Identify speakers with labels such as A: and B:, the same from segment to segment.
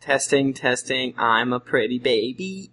A: Testing, testing. I'm a pretty baby.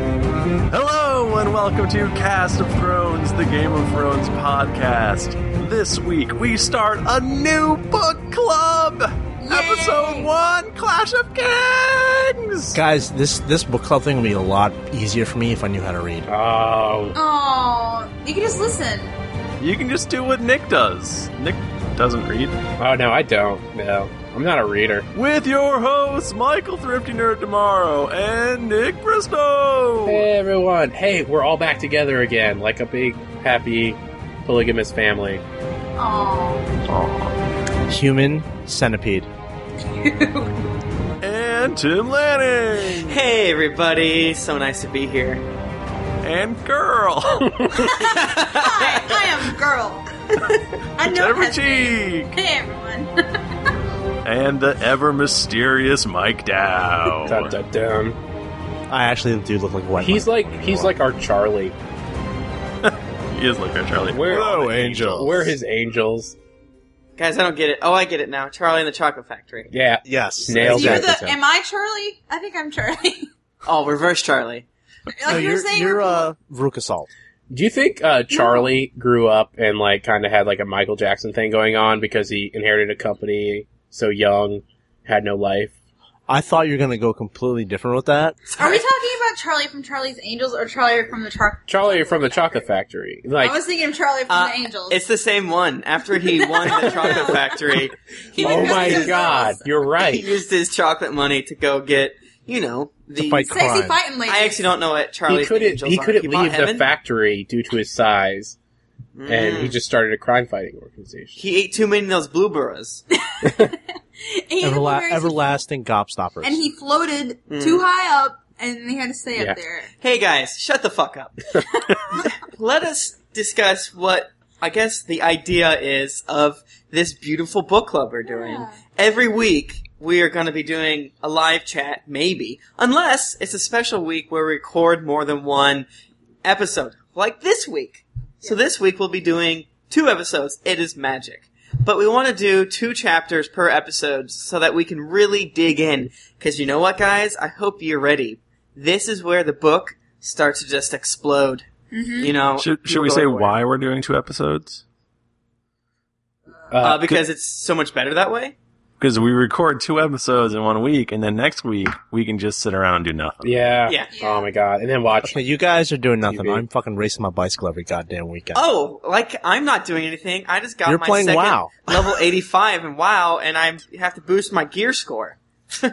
B: Hello and welcome to Cast of Thrones, the Game of Thrones podcast. This week we start a new book club, episode one, Clash of Kings.
C: Guys, this this book club thing would be a lot easier for me if I knew how to read.
D: Oh,
E: Oh, you can just listen.
B: You can just do what Nick does. Nick doesn't read.
D: oh no, I don't. No, I'm not a reader.
B: With your hosts, Michael Thrifty Nerd Tomorrow and Nick Bristow.
D: Hey everyone! Hey, we're all back together again, like a big happy polygamous family.
E: Oh,
C: Human centipede.
B: And Tim Lanning.
A: Hey, everybody. So nice to be here.
B: And girl.
E: hi, I am girl. I know
B: Deborah
E: that's me.
B: Cheek.
E: Hey everyone.
B: And the ever mysterious Mike Dow.
D: Dun, dun, dun.
C: I actually do look like a white.
D: He's
C: man.
D: like he's like our Charlie.
B: He is like that, Charlie.
D: Where-
B: Hello,
C: Hello,
B: angel.
C: angel.
D: We're his angels.
A: Guys, I don't get it. Oh, I get it now. Charlie and the Chocolate Factory.
D: Yeah.
C: yes.
D: Nailed
E: You're
D: it.
E: the. Am I Charlie? I think I'm Charlie. like
A: Oh, reverse Charlie.
C: No,
E: you're,
C: you're
E: saying.
C: you're uh, Rook Assault.
D: Do you think uh, Charlie grew up and like kind of had like a Michael Jackson thing going on because he inherited a company so young, had no life?
C: I thought you were gonna go completely different with that.
E: are we talking about Charlie from Charlie's Angels or Charlie from the Char?
D: Charlie from the Chocolate Factory. Like
E: I was thinking of Charlie from
A: Uh,
E: the Angels.
A: It's the same one. After he won the Chocolate Factory,
E: He
D: Oh
E: was
D: my
E: just
D: god, you're
A: he
D: right.
A: used his chocolate money to go get, you know, the.
C: fight
E: those Sexy
C: crime.
E: fighting lady.
A: I actually don't know what Charlie
D: He couldn't
A: Angels
D: he
A: are.
D: couldn't
A: bought
D: leave the
A: heaven?
D: factory due to his size and
A: Mm.
D: he just started a crime fighting organization.
A: He ate too many of those blueberries.
E: He had
C: Everla-
E: blueberries
C: everlasting gobstoppers.
E: and he floated
C: Hmm.
A: Mm.
E: too high up, and he had to stay
D: Yeah.
E: up there.
A: Hey guys, shut the fuck up. Let us discuss what I guess the idea is of this beautiful book club we're doing.
E: Yeah.
A: Every week we are going to be doing a live chat, maybe, unless it's a special week where we record more than one episode, like this week. So this week we'll be doing two episodes. It is magic. But we want to do two chapters per episode so that we can really dig in. Because you know what, guys? I hope you're ready. This is where the book starts to just explode.
E: Mm-hmm.
A: You know,
B: Should, should
A: people
B: we
A: go
B: say
A: everywhere.
B: why we're doing two episodes?
A: Uh, because it's so much better that way.
B: Because we record two episodes in one week, and then next week we can just sit around and do nothing.
D: Yeah.
A: Yeah.
D: Oh my god. And then watch.
C: Okay, you guys are doing nothing.
D: TV.
C: I'm fucking racing my bicycle every goddamn weekend.
A: Oh, like I'm not doing anything. I just got
C: You're
A: my
C: playing
A: second
C: WoW.
A: level 85 and WoW, and I have to boost my gear score.
E: Some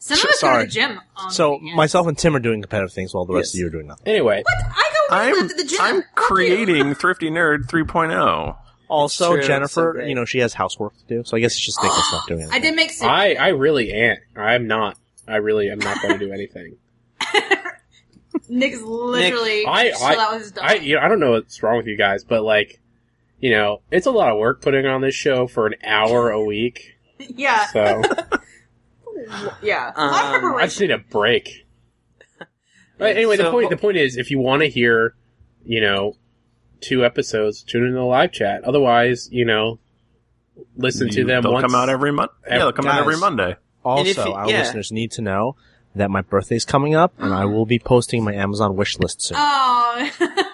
C: Sh-
E: of us go
C: sorry.
E: to the gym. On
C: so
E: the weekends.
C: myself and Tim are doing competitive things while the
A: Yes.
C: rest of you are doing nothing.
D: Anyway,
E: I go
B: I'm
E: to the gym.
B: I'm
E: Fuck you.
B: creating Thrifty Nerd oh. 3.0.
C: Also,
A: true, it's so
C: Jennifer,
A: great.
C: you know she has housework to do, so I guess it's just Nick that's not doing it.
E: I did make soup.
D: I I really am. I'm not. I really am not going to do anything.
E: Nick's literally
D: I
E: chill out with
D: I
E: his dog.
D: I, you know, I don't know what's wrong with you guys, but like, you know, it's a lot of work putting on this show for an hour a week.
E: yeah,
D: So
E: yeah.
A: Um,
E: a lot of
D: I
E: preparation.
D: just need a break. But anyway, the
A: So-
D: point the point is, if you want to hear, you know, two episodes, tune in to the live chat. Otherwise, you know, listen to
B: You-
D: them.
B: They'll
D: once.
B: come out every month. Yeah, they'll come out
C: Guys.
B: every Monday.
A: And if
C: Also,
A: you-
C: our
A: yeah. Mm.
C: listeners need to know that my birthday's coming up, and I will be posting my Amazon wish list soon.
E: Oh,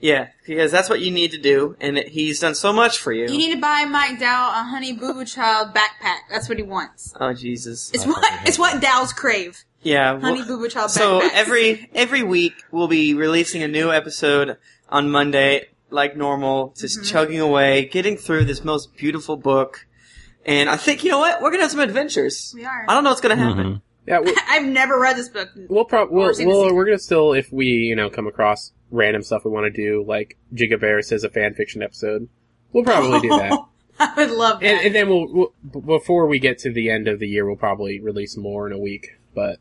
A: Yeah, because that's what you need to do, and it- he's done so much for you.
E: you need to buy Mike Dow a Honey Boo Boo Child backpack. That's what he wants.
A: oh Jesus!
E: It's what it's what Dow's crave.
A: Yeah.
E: Honey
A: well-
E: Boo Boo Child.
A: so
E: backpacks.
A: every every week we'll be releasing a new episode on Monday, like normal, just
E: Mm-hmm.
A: chugging away, getting through this most beautiful book. And I think you know what? We're gonna have some adventures.
E: We are.
A: I don't know what's gonna happen.
B: Mm-hmm.
D: Yeah, we-
E: I've never read this book.
D: We'll probably we'll,
E: Or see the
D: we'll
E: season.
D: we're gonna still if we you know come across random stuff we want to do like Giga Bear says a fan fiction episode. We'll probably do that.
E: I would love that.
D: And, and then we'll, we'll b- before we get to the end of the year, we'll probably release more in a week. But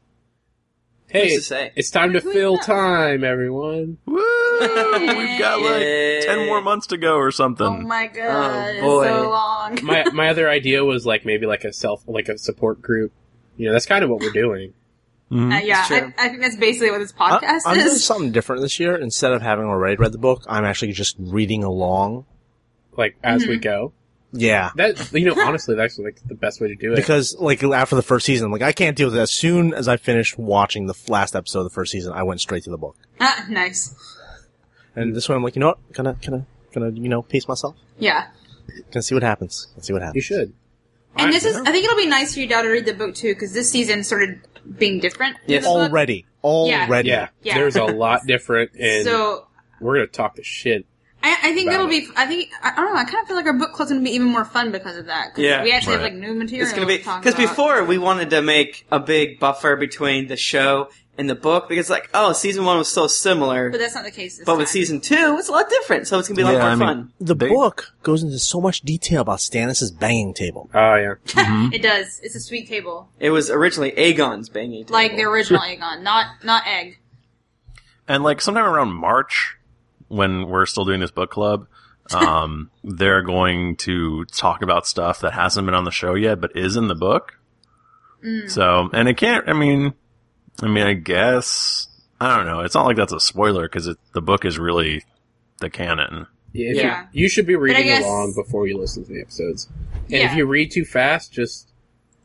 D: hey,
A: Who's to say?
D: it's time to
E: Who's
D: fill
E: that?
D: time, everyone.
B: Woo! We've got like
A: Yay.
B: ten more months to go or
E: oh
B: something.
E: my god,
A: Oh, um, boy.
E: it's so long.
D: My my other idea was like maybe like a self like a support group. You know, that's kind of what we're doing.
B: Mhm.
E: Uh, yeah,
A: It's true.
E: I, I think that's basically what this
C: I,
E: podcast
C: Uh, I'm doing
E: is.
C: something different this year. Instead of having already read the book, I'm actually just reading along.
D: Like as we
E: Mhm.
D: go.
C: Yeah.
D: That you know, honestly, that's like the best way to do it.
C: Because like after the first season, like I can't deal with it. As soon as I finished watching the last episode of the first season, I went straight to the book.
E: Ah, nice.
C: And this one, I'm like, you know what? Gonna, gonna, gonna, you know, pace myself.
E: Yeah.
C: Gonna see what happens. Gonna see what happens.
D: you should.
E: And
D: I-
E: this is, I think it'll be nice for you, Dal, to read the book too, because this season started being different. than
A: Yes.
E: the book.
C: Already, already.
D: Yeah,
E: Yeah.
D: there's a lot different, and
E: So
D: we're gonna talk the shit.
E: I, I think
D: About
E: that'll be. I think I, I don't know. I kind of feel like our book club's gonna be even more fun because of that. 'cause
A: Yeah.
E: we actually have
B: Right.
E: like new material.
A: It's going to be
E: to talk
A: because
E: about.
A: before we wanted to make a big buffer between the show and the book because like oh season one was so similar,
E: but
A: but,
E: that's not the case. This
A: with
E: time.
A: season two it's a lot different. So it's going to be a lot
B: Yeah,
A: more
B: I mean-
A: fun.
C: The
B: They-
C: book goes into so much detail about Stannis' banging table.
D: Oh yeah,
E: it does. It's a sweet table,
A: It was originally Aegon's banging table.
E: like the original Aegon, not not egg.
B: And like sometime around March, when we're still doing this book club, um, they're going to talk about stuff that hasn't been on the show yet, but is in the book.
A: Mm.
B: So, and it can't. I mean, I mean, I guess I don't know. It's not like that's a spoiler because the book is really the canon.
D: yeah. if
E: Yeah.
D: You, you should be reading
E: guess-
D: along before you listen to the episodes. And
E: Yeah.
D: if you read too fast, just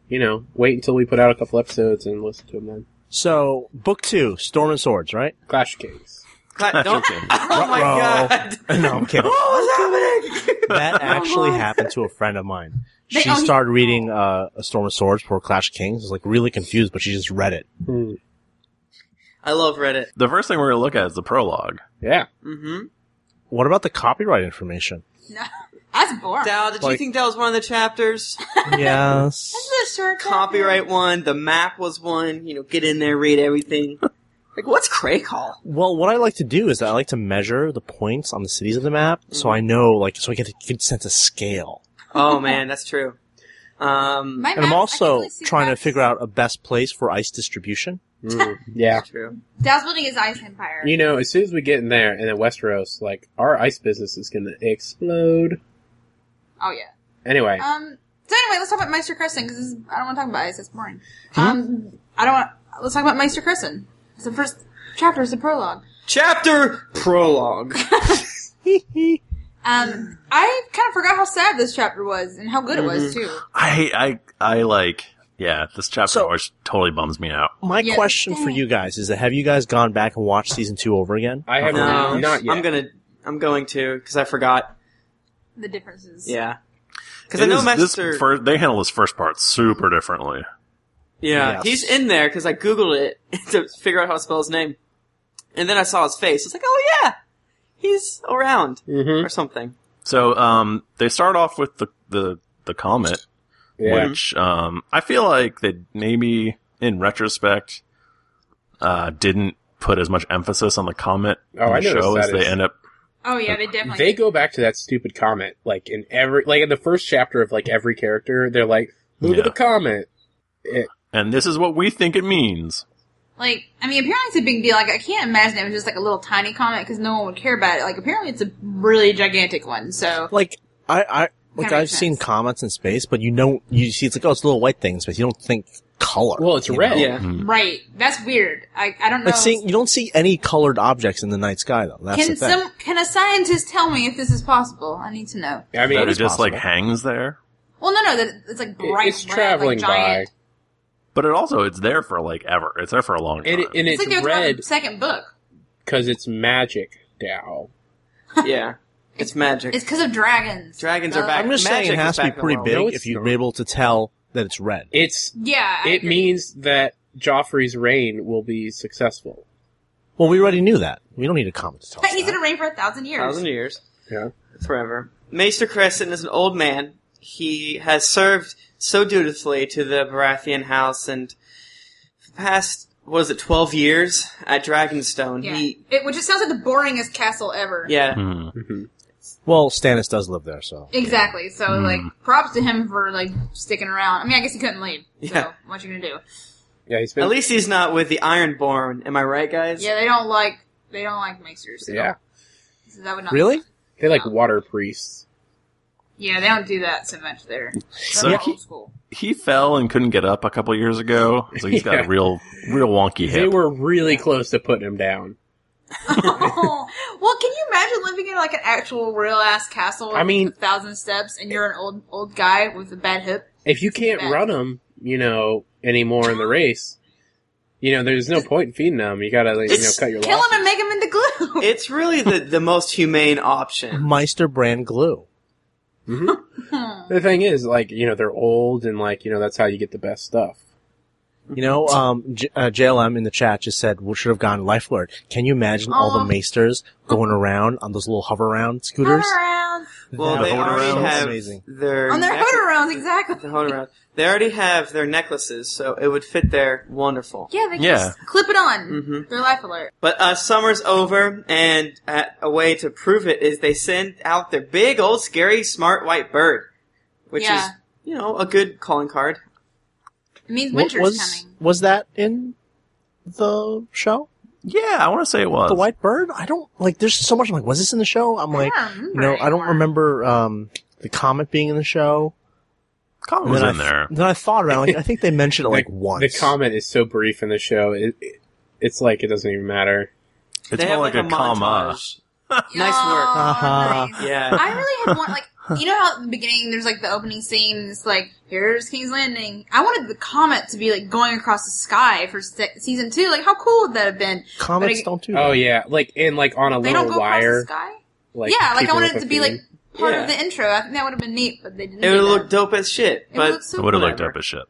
D: you know, wait until we put out a couple episodes and listen to them then.
C: So, book two, Storm and Swords, right?
D: Clash of Kings.
A: Cla- don't-
B: Okay.
A: oh my
C: Uh-oh.
A: god!
C: no, I'm kidding.
A: What was happening?
C: That actually happened to a friend of mine.
E: They-
C: She
E: oh, he-
C: started reading uh, a Storm of Swords for Clash of Kings. I was like really confused, but she just read it.
D: Hmm.
A: I love Reddit.
B: The first thing we're going to look at is the prologue.
D: Yeah,
A: Mm-hmm.
C: What about the copyright information?
E: No, that's boring.
A: Dal, did you
C: Like-
A: think that was one of the chapters?
C: yes.
E: This is a short
A: Copyright one. The map was one. You know, get in there, read everything. Like, what's Cray Call?
C: Well, what I like to do is I like to measure the points on the cities of the map, so
E: Mm-hmm.
C: I know, like, so I get a good sense of scale.
A: Oh man, that's true. Um,
E: My map-
C: And I'm
E: I can
C: also
E: really see
C: trying to
E: maps.
C: figure out a best place for ice distribution.
D: Hmm. yeah.
A: true.
E: Dal's building his ice empire.
D: You know, as soon as we get in there and then Westeros, like our ice business is gonna explode.
E: oh yeah.
D: Anyway,
E: Um. So anyway, let's talk about Meister Crescent because I don't want to talk about ice. It's boring.
C: Hmm?
E: Um. I don't want. Let's talk about Meister Crescent. It's the first chapter. It's the prologue.
A: Chapter prologue.
E: Um. I kind of forgot how sad this chapter was and how good it was
D: Mm-hmm.
E: too.
B: I, I, I like. Yeah, this chapter
C: So-
B: always totally bums me out.
C: My
E: Yeah.
C: question for you guys is that have you guys gone back and watched season two over again?
D: I have
A: No,
D: not yet.
A: I'm gonna. I'm going to because I forgot.
E: The differences.
A: Yeah. Because
B: It
A: I know
B: is- this
A: Master.
B: fir- they handle this first part super differently.
A: yeah,
C: Yes.
A: he's in there because I googled it to figure out how to spell his name, and then I saw his face. It's like, oh yeah, he's around
D: Mhm.
A: or something.
B: So um, they start off with the the, the comet,
D: Yeah.
B: which um, I feel like they maybe in retrospect uh, didn't put as much emphasis on the comet
D: Oh,
B: in the
D: I noticed
B: show as
D: that
B: they
D: is-
B: end up.
E: Oh yeah, they definitely.
D: They go back to that stupid comment, like in every, like in the first chapter of like every character, they're like, "Look
B: Yeah.
D: at the comment." It-
B: And this is what we think it means.
E: like, I mean, apparently it's a big deal. Like, I can't imagine it was just like a little tiny comment because no one would care about it. Like, apparently it's a really gigantic one. So
C: Like I, I like
E: Kinda
C: I've
E: makes
C: seen
E: sense.
C: comments in space, but you don't you see it's like oh it's a little white thing in space. You don't think color.
D: well, it's
C: you
D: red.
C: know?
A: Yeah.
E: right, that's weird. I I don't know.
C: Like seeing you don't see any colored objects in the night sky though. That's
E: can
C: the thing.
E: some can a scientist tell me if this is possible? I need to know.
D: I mean,
B: that it
C: is
B: just like
C: possible.
B: hangs there.
E: Well, no, no, that it's like bright
D: it's
E: red,
D: traveling
E: like giant.
D: by.
B: But it also it's there for like ever. It's there for a long time.
D: and, it, and
E: It's,
D: it's,
E: like they were talking about
D: red
E: the second book.
D: because it's magic, Dow.
A: Yeah, it's magic.
E: It's because of dragons.
A: Dragons are
E: Uh,
A: back.
C: I'm just
A: Magic
C: saying it
A: is
C: has to be
A: back in the
C: pretty
A: world.
C: big
D: No, it's
C: if you're
D: not.
C: able to tell that it's red.
D: It's
E: Yeah, I
D: it
E: agree.
D: means that Joffrey's reign will be successful.
C: Well, we already knew that. We don't need a comment to tell
E: But
C: us
E: he's
C: that.
E: gonna reign for a thousand years.
A: thousand years.
D: Yeah,
A: forever. Maester Crescent is an old man. He has served so dutifully to the Baratheon house and for the past what is it, twelve years at Dragonstone.
E: Yeah.
A: He Hmm.
E: It, which just sounds like the boringest castle ever.
A: yeah.
B: Mhm.
C: Well, Stannis does live there, so.
E: Exactly. So like, props to him for like sticking around. I mean, I guess he couldn't leave.
A: Yeah.
E: So what you gonna do?
D: Yeah, he's been.
A: At least he's not with the Ironborn. Am I right, guys?
E: Yeah, they don't like they don't like mixers. So
D: yeah,
E: so that would not
C: Really?
D: they like water priests.
E: Yeah, they don't do that so much there.
B: So
E: They're
B: he-
E: old school.
B: He fell and couldn't get up a couple years ago, so he's got
D: Yeah.
B: a real, real wonky
D: They
B: hip.
D: were really close to putting him down.
E: well, can you imagine living in like an actual real ass castle?
D: I mean-
E: with a thousand steps, and you're an old old guy with a bad hip.
D: If you can't
E: Bad.
D: run him, you know anymore in the race, you know there's no point in feeding him. You gotta like, you know
A: It's-
D: cut your
E: Kill him
D: losses.
E: and make him into glue.
A: It's really the, the most humane option.
C: Meister brand glue.
D: Mm-hmm. The thing is, like you know they're old and like you know that's how you get the best stuff.
C: You know, um, J- uh, JLM in the chat just said, we should have gone Life Lord. Can you imagine all the
E: Aw.
C: Maesters going around on those little hover around scooters?
E: Run around
A: Well,
C: That
A: they
C: would be
A: already
C: so
A: have
C: amazing.
A: their
E: on their
A: neck-
E: hood around, exactly.
A: the hood around. They already have their necklaces, so it would fit there wonderful.
E: Yeah, they can
B: Yeah.
E: just clip it on.
A: Mhm.
E: Their life alert.
A: But uh, summer's over, and uh, a way to prove it is they send out their big old scary smart white bird, which
E: Yeah.
A: is you know a good calling card.
E: It means
C: What
E: winter's
C: was,
E: coming.
C: was that in the show?
B: Yeah, I want to say it was.
D: Uh,
C: The White Bird? I don't, like, there's so much, I'm like, was this in the show? I'm like,
E: I don't remember
C: you know, I don't
E: anymore.
C: remember, um, the comet being in the show.
B: Colin
C: And
B: was
C: then,
B: in
C: I,
B: there.
C: then I thought about it, like, I think they mentioned it, like, once.
D: The comment is so brief in the show. It, it, it's like it doesn't even matter.
B: It's
A: they
B: more
A: have
B: like, a, comma.
A: montage.
E: Nice work.
C: Uh-huh.
A: Yeah.
E: I really had one, like, you know how at the beginning there's like the opening scene, and it's like, here's King's Landing. I wanted the comet to be like going across the sky for se- season two. Like, how cool would that have been?
C: Comets
E: But I-
C: don't do that.
D: Oh yeah, like and like on a
E: They
D: little
E: don't go
D: wire.
E: across the sky?
D: Like
E: yeah, like I
D: people
E: wanted it
D: with
E: to
D: a
E: be like
D: theme.
E: part
A: Yeah.
E: of the intro. I think that would have been neat, but they didn't.
A: It
E: do
A: would
E: that.
A: look dope as shit,
E: It
A: but
E: looked so
B: It would have
E: cool.
B: looked
A: Whatever.
B: up as shit.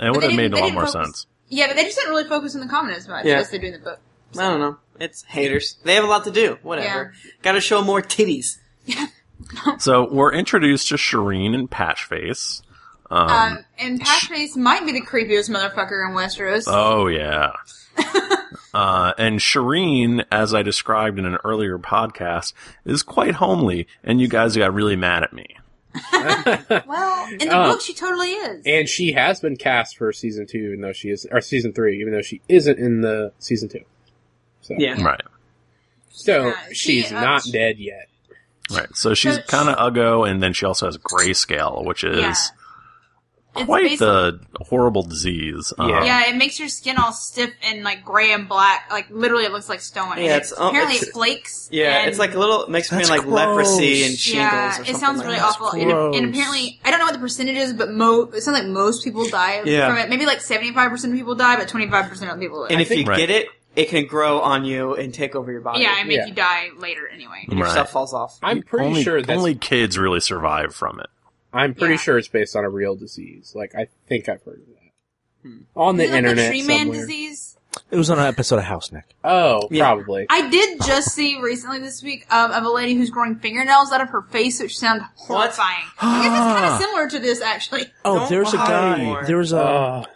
B: And it
E: But
B: would have
E: they
B: made
E: didn't-
B: a
E: they
B: lot
E: didn't
B: more
E: focus-
B: sense.
E: Yeah, but they just didn't really focus on the comet as much
A: Yeah.
E: as they do in the book.
A: I don't know. It's haters. They have a lot to do. Whatever. Got to show more titties.
B: So we're introduced to Shireen and Patchface. Um,
E: Um, and Patchface might be the creepiest motherfucker in Westeros.
B: oh yeah. uh, and Shireen, as I described in an earlier podcast, is quite homely, and you guys got really mad at me.
E: well, in the
D: Oh.
E: book, she totally is.
D: And she has been cast for season two, even though she is, or season three, even though she isn't in the season two. So,
A: Yeah.
B: Right.
D: so
E: Yeah, she,
D: she's
E: uh,
D: not
E: she-
D: dead yet.
B: Right. So she's
E: So-
B: kind of uggo, and then she also has grayscale, which is
E: Yeah. It's
B: quite
E: basically-
B: the horrible disease. Um,
D: Yeah.
E: Yeah, it makes your skin all stiff and like gray and black. Like literally, it looks like stone.
A: Yeah,
E: And
A: it's- oh,
E: apparently
A: it's-
E: it flakes.
A: Yeah,
E: and-
A: it's like a little makes me
C: That's
A: like
C: gross.
A: leprosy and shingles. or
E: yeah,
A: something
E: it sounds
A: like
E: really
A: that.
E: awful. And, and
C: gross.
E: apparently, I don't know what the percentage is, but mo- it sounds like most people die
A: Yeah.
E: from it. Maybe like seventy-five percent of people die, but twenty-five percent of people.
A: And
E: live.
A: if you
B: Right.
A: get it, it can grow on you and take over your body.
E: yeah, and make
D: yeah.
E: you die later anyway.
A: your
B: Right.
A: stuff falls off.
D: I'm pretty
B: only,
D: sure that's,
B: only kids really survive from it.
D: I'm pretty
E: Yeah.
D: sure it's based on a real disease. Like, I think I've heard of that.
B: Hmm.
D: On the
E: Is it like
D: internet.
E: the tree man
D: somewhere.
E: disease.
C: It was on an episode of House Nick.
D: Oh,
A: Yeah.
D: probably.
E: I did just see recently this week um, of a lady who's growing fingernails out of her face, which sound horrifying. I guess it's kind of similar to this actually.
C: Oh,
A: Don't
C: there's a
A: lie
C: guy.
A: anymore.
C: There was a
D: Ugh.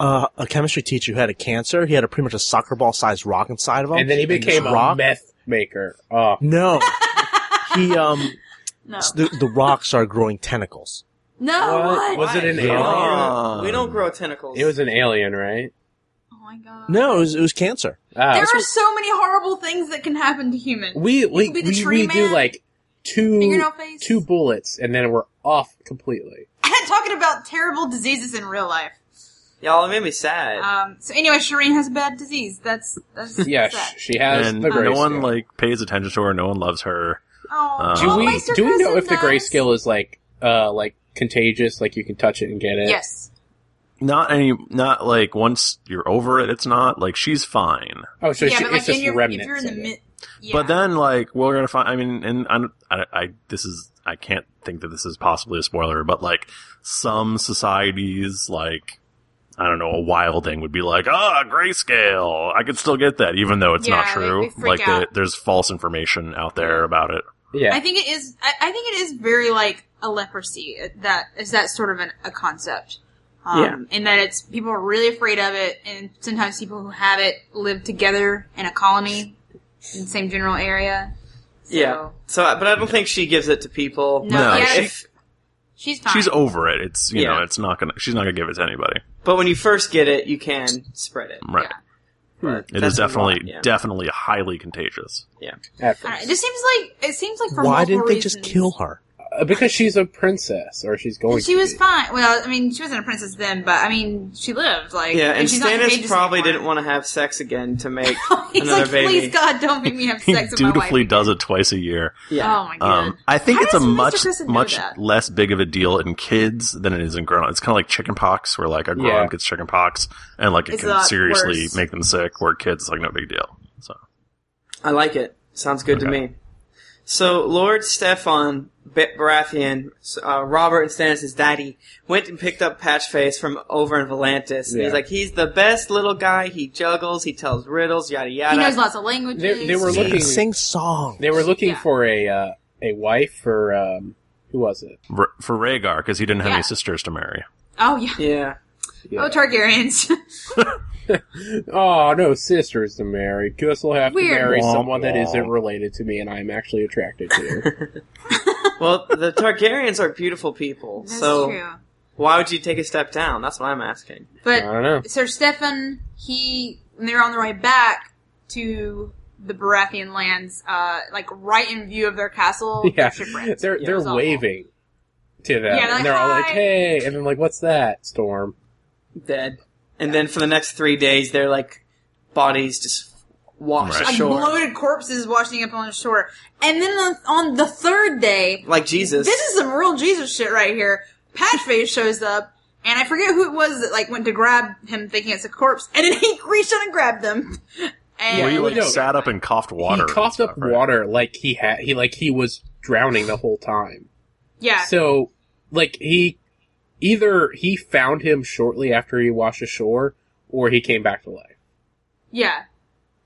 C: uh, a chemistry teacher who had a cancer. He had a pretty much a soccer ball sized rock inside of him.
D: and then he
C: this
D: became a
C: rock.
D: meth maker. Oh,
C: No, he um
E: No,
C: s- the, the rock started growing tentacles.
E: no,
D: What?
E: what?
D: Was it an
A: Why?
D: alien?
A: Oh, We don't grow tentacles.
D: it was an alien, right?
E: Oh my god.
C: No, it was, it was cancer.
D: Ah,
E: There are so many horrible things that can happen to humans.
D: we we,
E: could be
D: we,
E: the tree
D: we do
E: man.
D: like two
E: Fingernail face.
D: two bullets, and then we're off completely.
E: Talking about terrible diseases in real life.
A: Y'all, it made me sad.
E: Um, so anyway, Shireen has a bad disease. That's that's
D: Yeah,
E: Sad.
D: sh- she has
B: and
D: the grayscale.
B: no one like pays attention to her. No one loves her.
E: Oh,
B: Uh,
D: do
E: oh,
D: we
E: Meister
D: do we know
E: Crescent
D: if the
E: does.
D: grayscale is like uh like contagious? Like you can touch it and get it.
E: Yes.
B: Not any. Not like once you're over it, it's not like she's fine.
D: Oh, so
E: yeah,
D: she,
E: but
D: it's
E: like
D: just
E: in your, if
D: remnants.
E: you're in the
D: of it.
E: mid, yeah.
B: But then like we're gonna find. I mean, and I, don't- I, I this is I can't think that this is possibly a spoiler, but like some societies like. I don't know. A wilding would be like, ah, grayscale. I could still get that, even though it's not
E: Yeah, they-
B: true.
E: they freak
B: like, the,
E: out.
B: there's false information out there about it.
D: yeah,
E: I think it is. I, I think it is very like a leprosy. uh, That is that sort of an, a concept. Um, yeah. In that it's people are really afraid of it, and sometimes people who have it live together in a colony in the same general area. So.
A: Yeah. So, but I don't think she gives it to people.
E: No,
B: No,
E: yeah,
B: she-
A: If,
E: she's fine.
B: She's over it. It's you know,
A: Yeah.
B: it's not gonna. She's not gonna give it to anybody.
A: but when you first get it, you can spread it.
B: Right.
E: Yeah.
A: But
B: It
A: that's
B: is
A: a lot,
B: definitely
A: yeah.
B: definitely highly contagious.
E: I
D: At
E: don't
D: first.
E: know, it just seems like it seems like for
C: Why
E: multiple
C: didn't they just
E: reasons.
C: kill her?
D: Uh, because she's a princess, or she's going.
E: And she
D: to
E: was
D: be.
E: fine. Well, I mean, she wasn't a princess then, but I mean, she lived. Like,
A: Yeah, and
E: she's not
A: Stannis
E: contagious
A: probably
E: anymore.
A: didn't want to have sex again to make
E: He's
A: another
E: like,
A: baby.
E: please God, don't make me have
B: He
E: sex with my wife.
B: dutifully does it twice a year.
A: Yeah.
E: Oh my god.
B: Um, I think
E: How
B: it's a
E: does Mr.
B: much
E: Kristen know
B: much
E: that?
B: less big of a deal in kids than it is in grown. It's kind of like chicken pox, where like a grown
D: Yeah.
B: up gets chicken pox, and like it
E: It's a
B: can
E: lot
B: seriously
E: worse.
B: make them sick. Where kids, it's like no big deal. So
A: I like it. Sounds good to me. So Lord Stefan B- Baratheon, uh, Robert and Stannis' daddy, went and picked up Patchface from over in Volantis. And
D: Yeah.
A: he's like, he's the best little guy. He juggles, he tells riddles, yada yada.
E: he knows lots of languages.
D: They- they were
C: They
D: Looking-
C: sing songs.
D: They were looking
E: Yeah.
D: for a uh, a wife for um, who was it?
B: R- for Rhaegar, because he didn't have
E: Yeah.
B: any sisters to marry.
E: oh yeah.
A: yeah.
E: Oh Targaryens.
D: Oh no, sisters to marry. Because they'll have
E: Weird.
D: to marry
C: Womp
D: someone that isn't
C: womp.
D: related to me, and I'm actually attracted to.
A: Well, the Targaryens are beautiful people.
E: That's
A: so
E: true.
A: why would you take a step down? That's what I'm asking.
D: I
E: But
D: don't know.
E: Sir Stefan, he when they were on their way back to the Baratheon lands, uh, like right in view of their castle,
D: Yeah,
E: they're shipwrecked.
D: they're
A: Yeah,
D: they're
E: it's awful.
D: waving to them,
E: Yeah, they're like,
D: and they're all like,
E: "Hi."
D: "Hey," and then like, "What's that?" Storm.
A: Dead. And then for the next three days, they're like bodies just washed
B: Right.
E: like
A: ashore.
E: bloated corpses washing up on the shore. And then on- on the third day,
A: like Jesus.
E: this is some real Jesus shit right here. Patchface shows up, and I forget who it was that like went to grab him, thinking it's a corpse, and then he reached out and grabbed them. And
B: Well, he like
D: no.
B: sat up and coughed water.
D: he coughed
B: and
D: up
B: stuff, right?
D: water like he had he like he was drowning the whole time.
E: yeah,
D: So like he either he found him shortly after he washed ashore, or he came back to life.
E: yeah,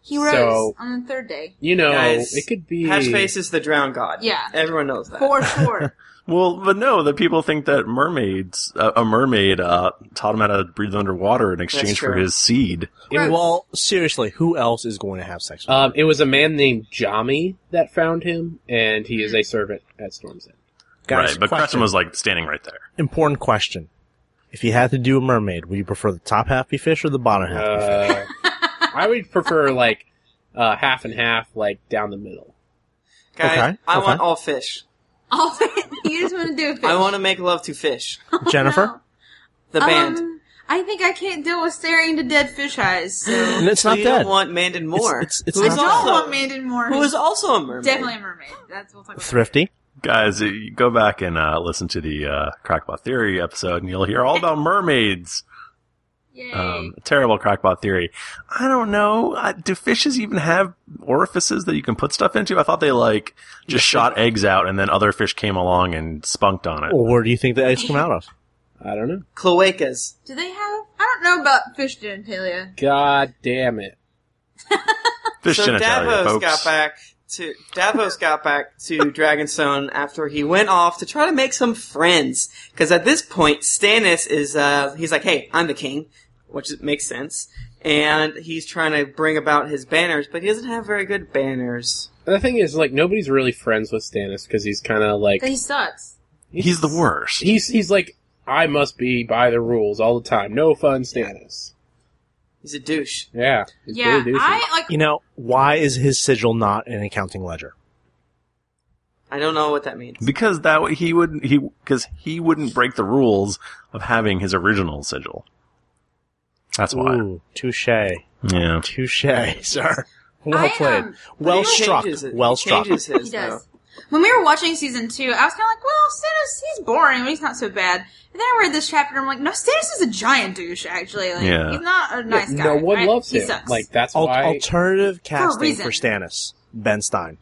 E: he rose
D: So-
E: on the third day
D: You know,
A: Guys,
D: it could be
A: Patchface is the drown god.
E: Yeah.
A: Everyone knows that.
E: for sure.
B: Well, but no, the people think that mermaids, uh, a mermaid, uh, taught him how to breathe underwater in exchange for
A: true.
B: his seed.
E: Gross.
C: Well, seriously, who else is going to have sex
B: Uh,
C: with her?
D: Um, it was a man named Jami that found him, and he is a
E: Mm-hmm.
D: servant at Storm's End.
C: Guys,
B: right, but
C: question.
B: Creston was like standing right there.
C: Important question. If you had to do a mermaid, would you prefer the top half be fish or the bottom half be fish?
D: Uh, I would prefer like uh, half and half, like down the middle.
A: Guys,
C: Okay,
A: I
C: okay.
A: want all fish.
E: All you just want to do. Fish.
A: I want to make love to fish.
C: Jennifer?
A: The band.
E: Um, I think I can't deal with staring into dead fish eyes. So.
C: And it's
A: So
C: not
A: you
C: dead.
A: don't want Mandan Moore.
C: It's- it's- it's
A: who
E: I
A: is
C: not
E: don't
A: also,
E: want Mandan Moore.
A: Who is also a mermaid.
E: definitely a mermaid. That's we'll talk about.
C: Thrifty.
B: Guys, you go back and uh, listen to the uh, Crackpot Theory episode, and you'll hear all about mermaids.
E: Yay.
B: Um, terrible Crackpot Theory. I don't know. I, do fishes even have orifices that you can put stuff into? I thought they like just shot eggs out, and then other fish came along and spunked on it.
A: Oh.
C: Or where do you think the eggs come out of?
D: I don't know.
A: Cloacas.
E: Do they have? I don't know about fish genitalia.
D: God damn it!
B: Fish
A: so
B: genitalia,
A: Davos
B: folks.
A: got back to Davos got back to Dragonstone after he went off to try to make some friends because at this point Stannis is uh he's like hey I'm the king which is- makes sense and he's trying to bring about his banners but he doesn't have very good banners
D: And the thing is, like, nobody's really friends with Stannis because he's kind of like
E: He sucks.
B: He's the worst.
D: he's he's like I must be by the rules all the time. No fun, Stannis.
A: he's a douche
D: Yeah, he's
E: Yeah,
D: really douchey.
E: I like.
C: You know, why is his sigil not an accounting ledger?
A: I don't know what that means
B: because that way he wouldn't he because he wouldn't break the rules of having his original sigil. That's why.
C: Ooh, touche.
B: Yeah.
C: Touche, sir. Well
E: I,
C: played.
E: um,
C: well
A: He
C: struck.
A: changes it.
C: Well
A: He
C: struck.
A: changes his,
E: He
A: though.
E: does. When we were watching season two, I was kind of like, well, Stannis, he's boring, but he's not so bad. And then I read this chapter, and I'm like, no, Stannis is a giant douche, actually. Like,
B: Yeah.
E: He's not a nice guy.
D: no one
E: I-
D: loves
E: he
D: him.
E: Sucks.
D: Like that's
C: Al-
D: why.
C: alternative casting
E: reason.
C: for, Stannis. Ben Stein.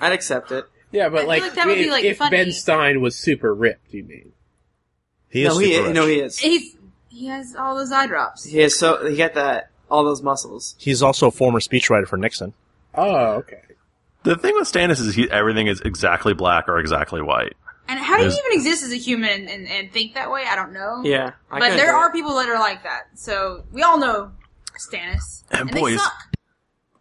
A: I'd accept it
D: yeah,
E: I
D: but
E: feel
D: like,
E: like that would be,
D: if-
E: like,
D: if
E: funny.
D: Ben Stein was super ripped, you mean?
C: He is
A: no he
C: super
A: is,
C: rich.
A: no he is
E: he's he has all those eye drops.
A: he is so he got that all those muscles
C: He's also a former speechwriter for Nixon.
D: Oh, okay.
B: The thing with Stannis is he, everything is exactly black or exactly white.
E: And how do you
B: There's-
E: even exist as a human and, and think that way? I don't know.
A: yeah I
E: but
A: couldn't
E: there
A: do it.
E: are people that are like that. So we all know Stannis.
B: And
E: they
B: boys-
E: suck.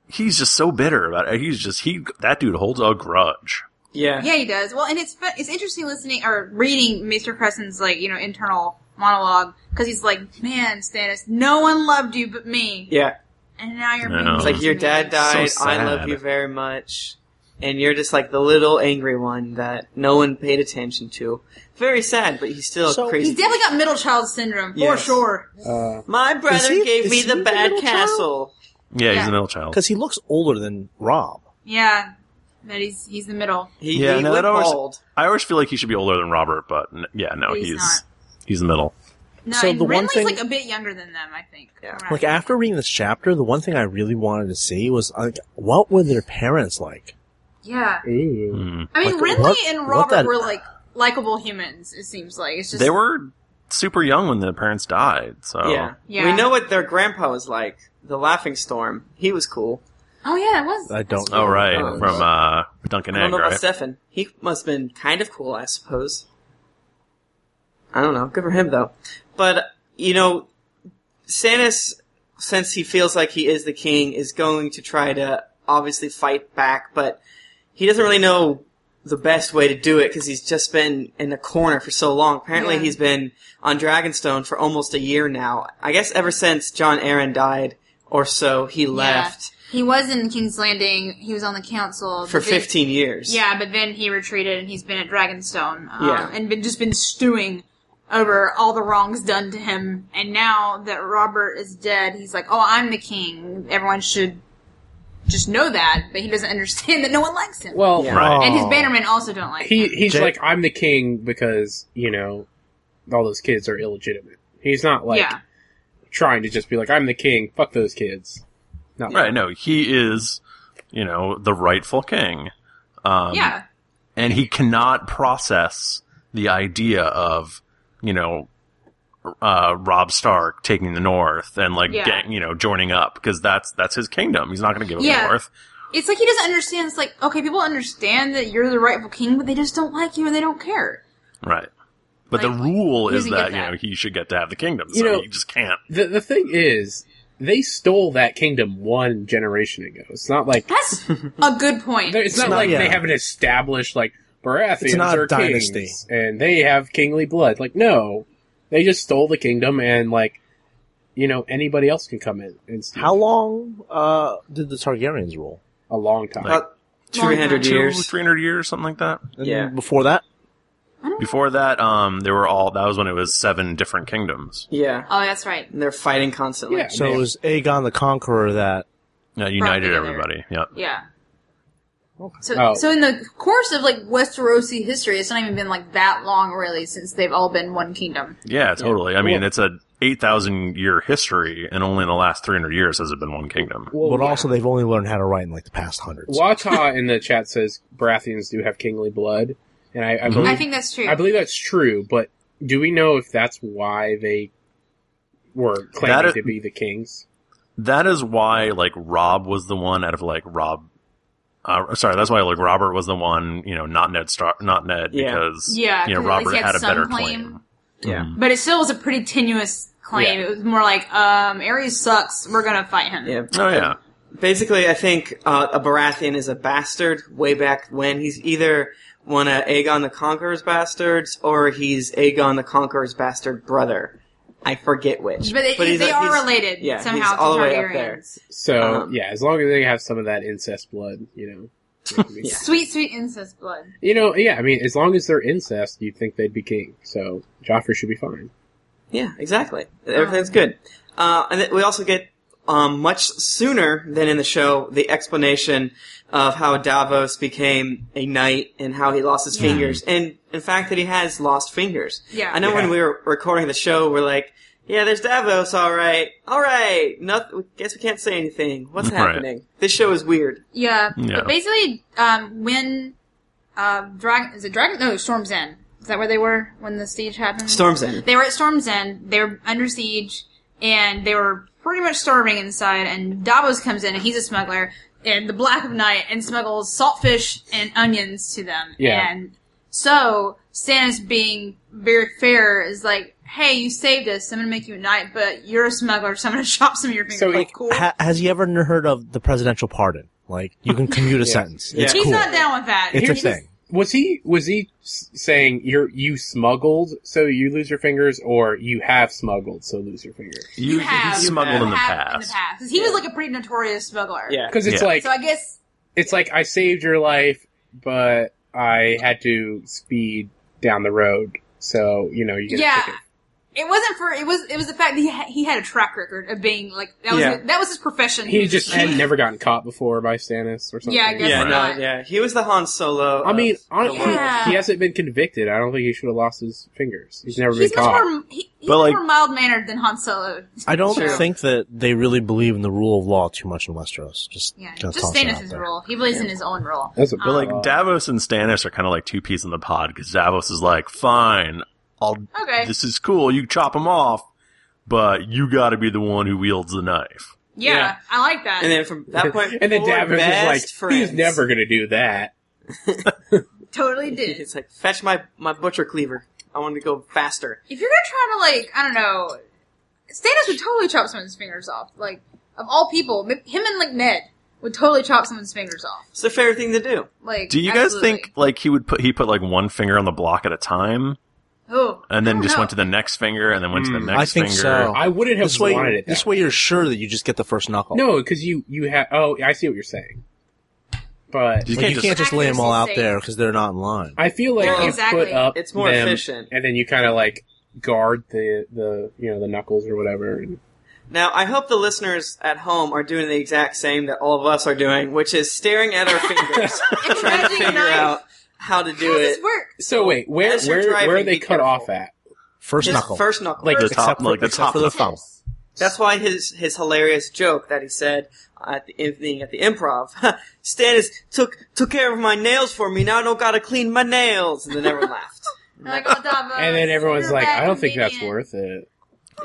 B: he's just so bitter about it. He's just he that dude holds a grudge.
A: Yeah.
E: Yeah, he does. Well, and it's fun- it's interesting listening or reading Mr. Crescent's like you know internal monologue because he's like, man, Stannis, no one loved you but me,
A: Yeah.
E: and now you're
B: No.
E: being
A: It's like
E: mean
A: your
E: to
A: dad
E: me."
A: died.
B: So
A: I love
B: sad.
A: you very much. And you're just like the little angry one that no one paid attention to. Very sad, but he's still
C: So-
A: a crazy.
E: He's definitely got middle child syndrome for
A: Yes.
E: sure.
D: Uh,
A: My brother
C: he-
A: gave
C: is
A: me
C: he
A: the
C: the
A: bad
C: middle child?
A: castle.
B: Yeah,
E: Yeah.
B: he's an ill child.
C: because he looks older than Rob.
E: Yeah, but he's he's the middle.
A: He,
B: Yeah,
A: he
B: no,
A: went
B: that always-
A: bald.
B: I always feel like he should be older than Robert, but n- yeah, no,
E: He's
B: he's he's,
E: not.
B: the middle.
E: No,
C: So
E: and
C: the one
E: Renly's
C: thing-
E: like a bit younger than them, I think.
A: Yeah.
E: Around.
C: Like after reading this chapter, the one thing I really wanted to see was like, what were their parents like?
E: yeah.
D: ooh.
B: Mm.
E: I mean,
C: Like,
E: Renly
C: what-
E: and
C: what
E: Robert
C: that-
E: were like likable humans. It seems like it's just
B: They were super young when their parents died, so
A: Yeah.
E: Yeah.
A: We know what their grandpa was like. The Laughing Storm. He was cool.
E: Oh yeah, it was.
C: I don't
B: Oh right,
A: Oh,
B: from uh, Duncan
A: I don't
B: Egg,
A: know about
B: right?
A: Stefan. He must have been kind of cool, I suppose. I don't know. Good for him, though. But, you know, Stannis, since he feels like he is the king, is going to try to obviously fight back, but he doesn't really know the best way to do it because he's just been in a corner for so long. Apparently,
E: Yeah.
A: he's been on Dragonstone for almost a year now. I guess ever since John Aaron died or so, he left
E: He was in King's Landing. He was on the council
A: for
E: but then-
A: 15 years.
E: Yeah, but then he retreated and he's been at Dragonstone. Um,
A: Yeah.
E: and been just been stewing over all the wrongs done to him. And now that Robert is dead, he's like, "Oh, I'm the king. Everyone should just know that." But he doesn't understand that no one likes him.
D: Well,
A: Yeah.
B: Right.
E: and his bannermen also don't like
D: he
E: him.
D: he's
C: Jay-
D: like I'm the king because you know all those kids are illegitimate. He's not like
E: yeah,
D: trying to just be like I'm the king. Fuck those kids. Not
B: Right, no, he is, you know, the rightful king. Um,
E: yeah.
B: and he cannot process the idea of you know uh, Rob Stark taking the North and like
E: Yeah.
B: gang, you know joining up because that's that's his kingdom. He's not going to give up
E: Yeah.
B: the North.
E: It's like he doesn't understand. It's like okay, people understand that you're the rightful king, but they just don't like you and they don't care.
B: Right. But
E: Like,
B: the rule
E: he
B: is
E: doesn't
B: that,
E: get
B: you
E: that.
B: know he should get to have the kingdom,
D: You
B: so
D: know-
B: he just can't.
D: The the thing is, they stole that kingdom one generation ago. It's not like
E: That's a good point.
D: they're- it's, not,
C: not-
D: like
C: yeah.
D: they have an established like Baratheons
C: It's not a
D: are kings
C: dynasty.
D: and they have kingly blood. Like no, they just stole the kingdom and like you know anybody else can come in. And steal
C: How long uh, did the Targaryens rule?
D: a long time.
A: About
E: Long time.
A: 300 years.
B: Three hundred years, something like that.
C: And
A: Yeah.
C: Before that,
B: Before that, um, there were all that was when it was seven different kingdoms
A: Yeah.
E: oh, that's right.
A: And they're fighting constantly.
D: Yeah.
C: so
D: man.
C: it was Aegon the Conqueror that
B: that united
E: together.
B: everybody. Yep.
E: Yeah. So,
D: Oh.
E: so in the course of like Westerosi history, it's not even been like that long really since they've all been one kingdom.
B: Yeah, totally. I mean,
D: Well-
B: it's a eight thousand year history, and only in the last three hundred years has it been one kingdom.
D: Well,
C: but also they've only learned how to write in like the past hundreds.
D: Wata in the chat says Baratheons do have kingly blood, and I, I
A: Hmm.
D: believe
E: I think that's true.
D: I believe that's true. But do we know if that's why they were
B: That
D: claiming
B: is-
D: to be the kings?
B: that is why like Rob was the one out of like Rob. Uh, sorry, that's why like Robert was the one, you know, not Ned Star, not Ned
A: Yeah.
B: because
E: Yeah,
B: you know
E: 'cause at least
B: Robert
E: he had
B: had, a
E: some
B: better
E: claim.
B: claim. Mm-hmm.
A: Yeah.
E: but it still was a pretty tenuous claim.
D: Yeah.
E: It was more like, um, Ares sucks. We're gonna fight him.
A: Yeah.
B: Oh yeah,
A: Basically, I think uh, a Baratheon is a bastard way back when. He's either one of Aegon the Conqueror's bastards or he's Aegon the Conqueror's bastard brother. I forget which.
E: But they,
A: he's
E: they
A: a-
E: are
A: he's-
E: related
A: yeah, he's
E: somehow to
A: all the way up
E: Targaryens.
A: there.
D: So
A: Um,
D: yeah, as long as they have some of that incest blood, you know. they can be-
E: Sweet, sweet incest blood.
D: You know, yeah, I mean, as long as they're incest, you'd think they'd be king. So Joffrey should be fine.
A: Yeah, exactly. Everything's good. Uh, and th- we also get um, much sooner than in the show the explanation of how Davos became a knight and how he lost his fingers, and in fact that he has lost fingers.
E: Yeah.
A: I know when
D: Yeah.
A: we were recording the show, we're like, "Yeah, there's Davos. All right, all right. Nothing. Guess we can't say anything. What's
B: Right.
A: happening? This show is weird."
E: Yeah,
B: Yeah.
E: but basically, um, when uh, Dragon is it Dragon? No, Storm's End. Is that where they were when the siege happened?
A: Storm's in.
E: They were at Storm's End. They were under siege, and they were pretty much starving inside. And Davos comes in, and he's a smuggler in the black of night, and smuggles saltfish and onions to them.
D: Yeah.
E: And so Stannis, being very fair, is like, hey, you saved us. I'm going to make you a knight, but you're a smuggler, so I'm going to chop some of your fingers.
D: So
E: Like,
D: he-
E: cool.
C: Ha- has he ever heard of the presidential pardon? Like you can commute a sentence. It's
E: He's
C: cool.
E: not down with that.
C: it's a
E: Here's the-
C: thing.
D: Was he was he s- saying you're you smuggled so you lose your fingers, or you have smuggled so lose your fingers?
E: You have
B: he's smuggled
E: you
B: in the
E: have
B: past.
E: Because He was like a pretty notorious smuggler.
A: Yeah.
D: Because it's
B: Yeah.
D: like
E: So I guess
D: it's like I saved your life, but I had to speed down the road, so you know you get
E: Yeah.
D: a ticket.
E: it wasn't for it was it was the fact that he, ha- he had a track record of being like that was
A: Yeah.
E: that was his profession.
D: He just
E: was-
D: had never gotten caught before by Stannis or something.
E: Yeah, I guess
A: Yeah,
E: not.
A: no, yeah. He was the Han Solo.
D: I
A: of
D: mean,
A: the
D: honestly,
A: world.
E: Yeah.
D: he hasn't been convicted. I don't think he should have lost his fingers. He's never
E: He's
D: been
E: much
D: caught.
E: more he, he's
B: But,
E: much
B: like-
E: more mild mannered than Han Solo.
C: I don't
E: True.
C: think that they really believe in the rule of law too much in Westeros. Just
E: Yeah,
C: gonna
E: just
C: toss that out
E: Stannis'
C: there.
E: rule. He believes in his own rule.
D: That's a
E: But,
B: Like
D: Uh,
B: Davos and Stannis are kind of like two peas in the pod because Davos is like, fine, I'll.
E: Okay.
B: This is cool. You chop him off, but you got to be the one who wields the knife.
E: yeah,
A: yeah.
E: I like that.
A: and then from that point,
D: and then
A: forward,
D: Davos is
A: best
D: like,
A: friends.
D: he's never going to do that.
E: totally did.
A: It's like fetch my my butcher cleaver. I want to go faster.
E: If you're gonna try to like, I don't know, Stannis would totally chop someone's fingers off. Like, of all people, m- him and like Ned would totally chop someone's fingers off.
A: It's their favorite thing to do.
E: Like,
B: Do you guys think like he would put he put like one finger on the block at a time
E: Oh,
B: and then just went to the next finger and then went to the
D: Hmm.
B: next
C: I think
B: finger?
C: so.
D: I wouldn't have
C: This way,
D: wanted it. That
C: this way, you're sure that you just get the first knuckle.
D: No, because you you have. Oh, I see what you're saying. But
B: You
C: Like,
B: can't
C: you
B: just-
C: can't just lay them all out
E: Accuracy's sake.
C: there because they're not in line.
D: I feel like
E: Yeah,
D: you
E: exactly.
D: put up.
A: It's more
D: them,
A: efficient.
D: and then you kind of like guard the the you know the knuckles or whatever. and-
A: Now, I hope the listeners at home are doing the exact same that all of us are doing, which is staring at our fingers, trying to
E: Imagine a
A: figure
E: knife.
A: out how to do
E: How does this
A: it.
E: work?
D: So wait, where
A: As you're
D: where where are
A: driving,
D: they
A: be
D: cut off
A: careful.
D: at?
C: First
A: His
C: knuckle,
A: first knuckle.
C: like
B: The
C: except
B: top-
C: for,
B: like the
C: except
B: top
C: for the
B: of it.
C: thumb.
A: That's why his his hilarious joke that he said at the in- thing at the improv. Stannis took took care of my nails for me. Now I don't gotta clean my nails. And then everyone laughed.
E: Like, oh, Davos,
D: And then everyone's
E: you're
D: like,
E: bad
D: I don't think that's
E: comedian.
D: worth it.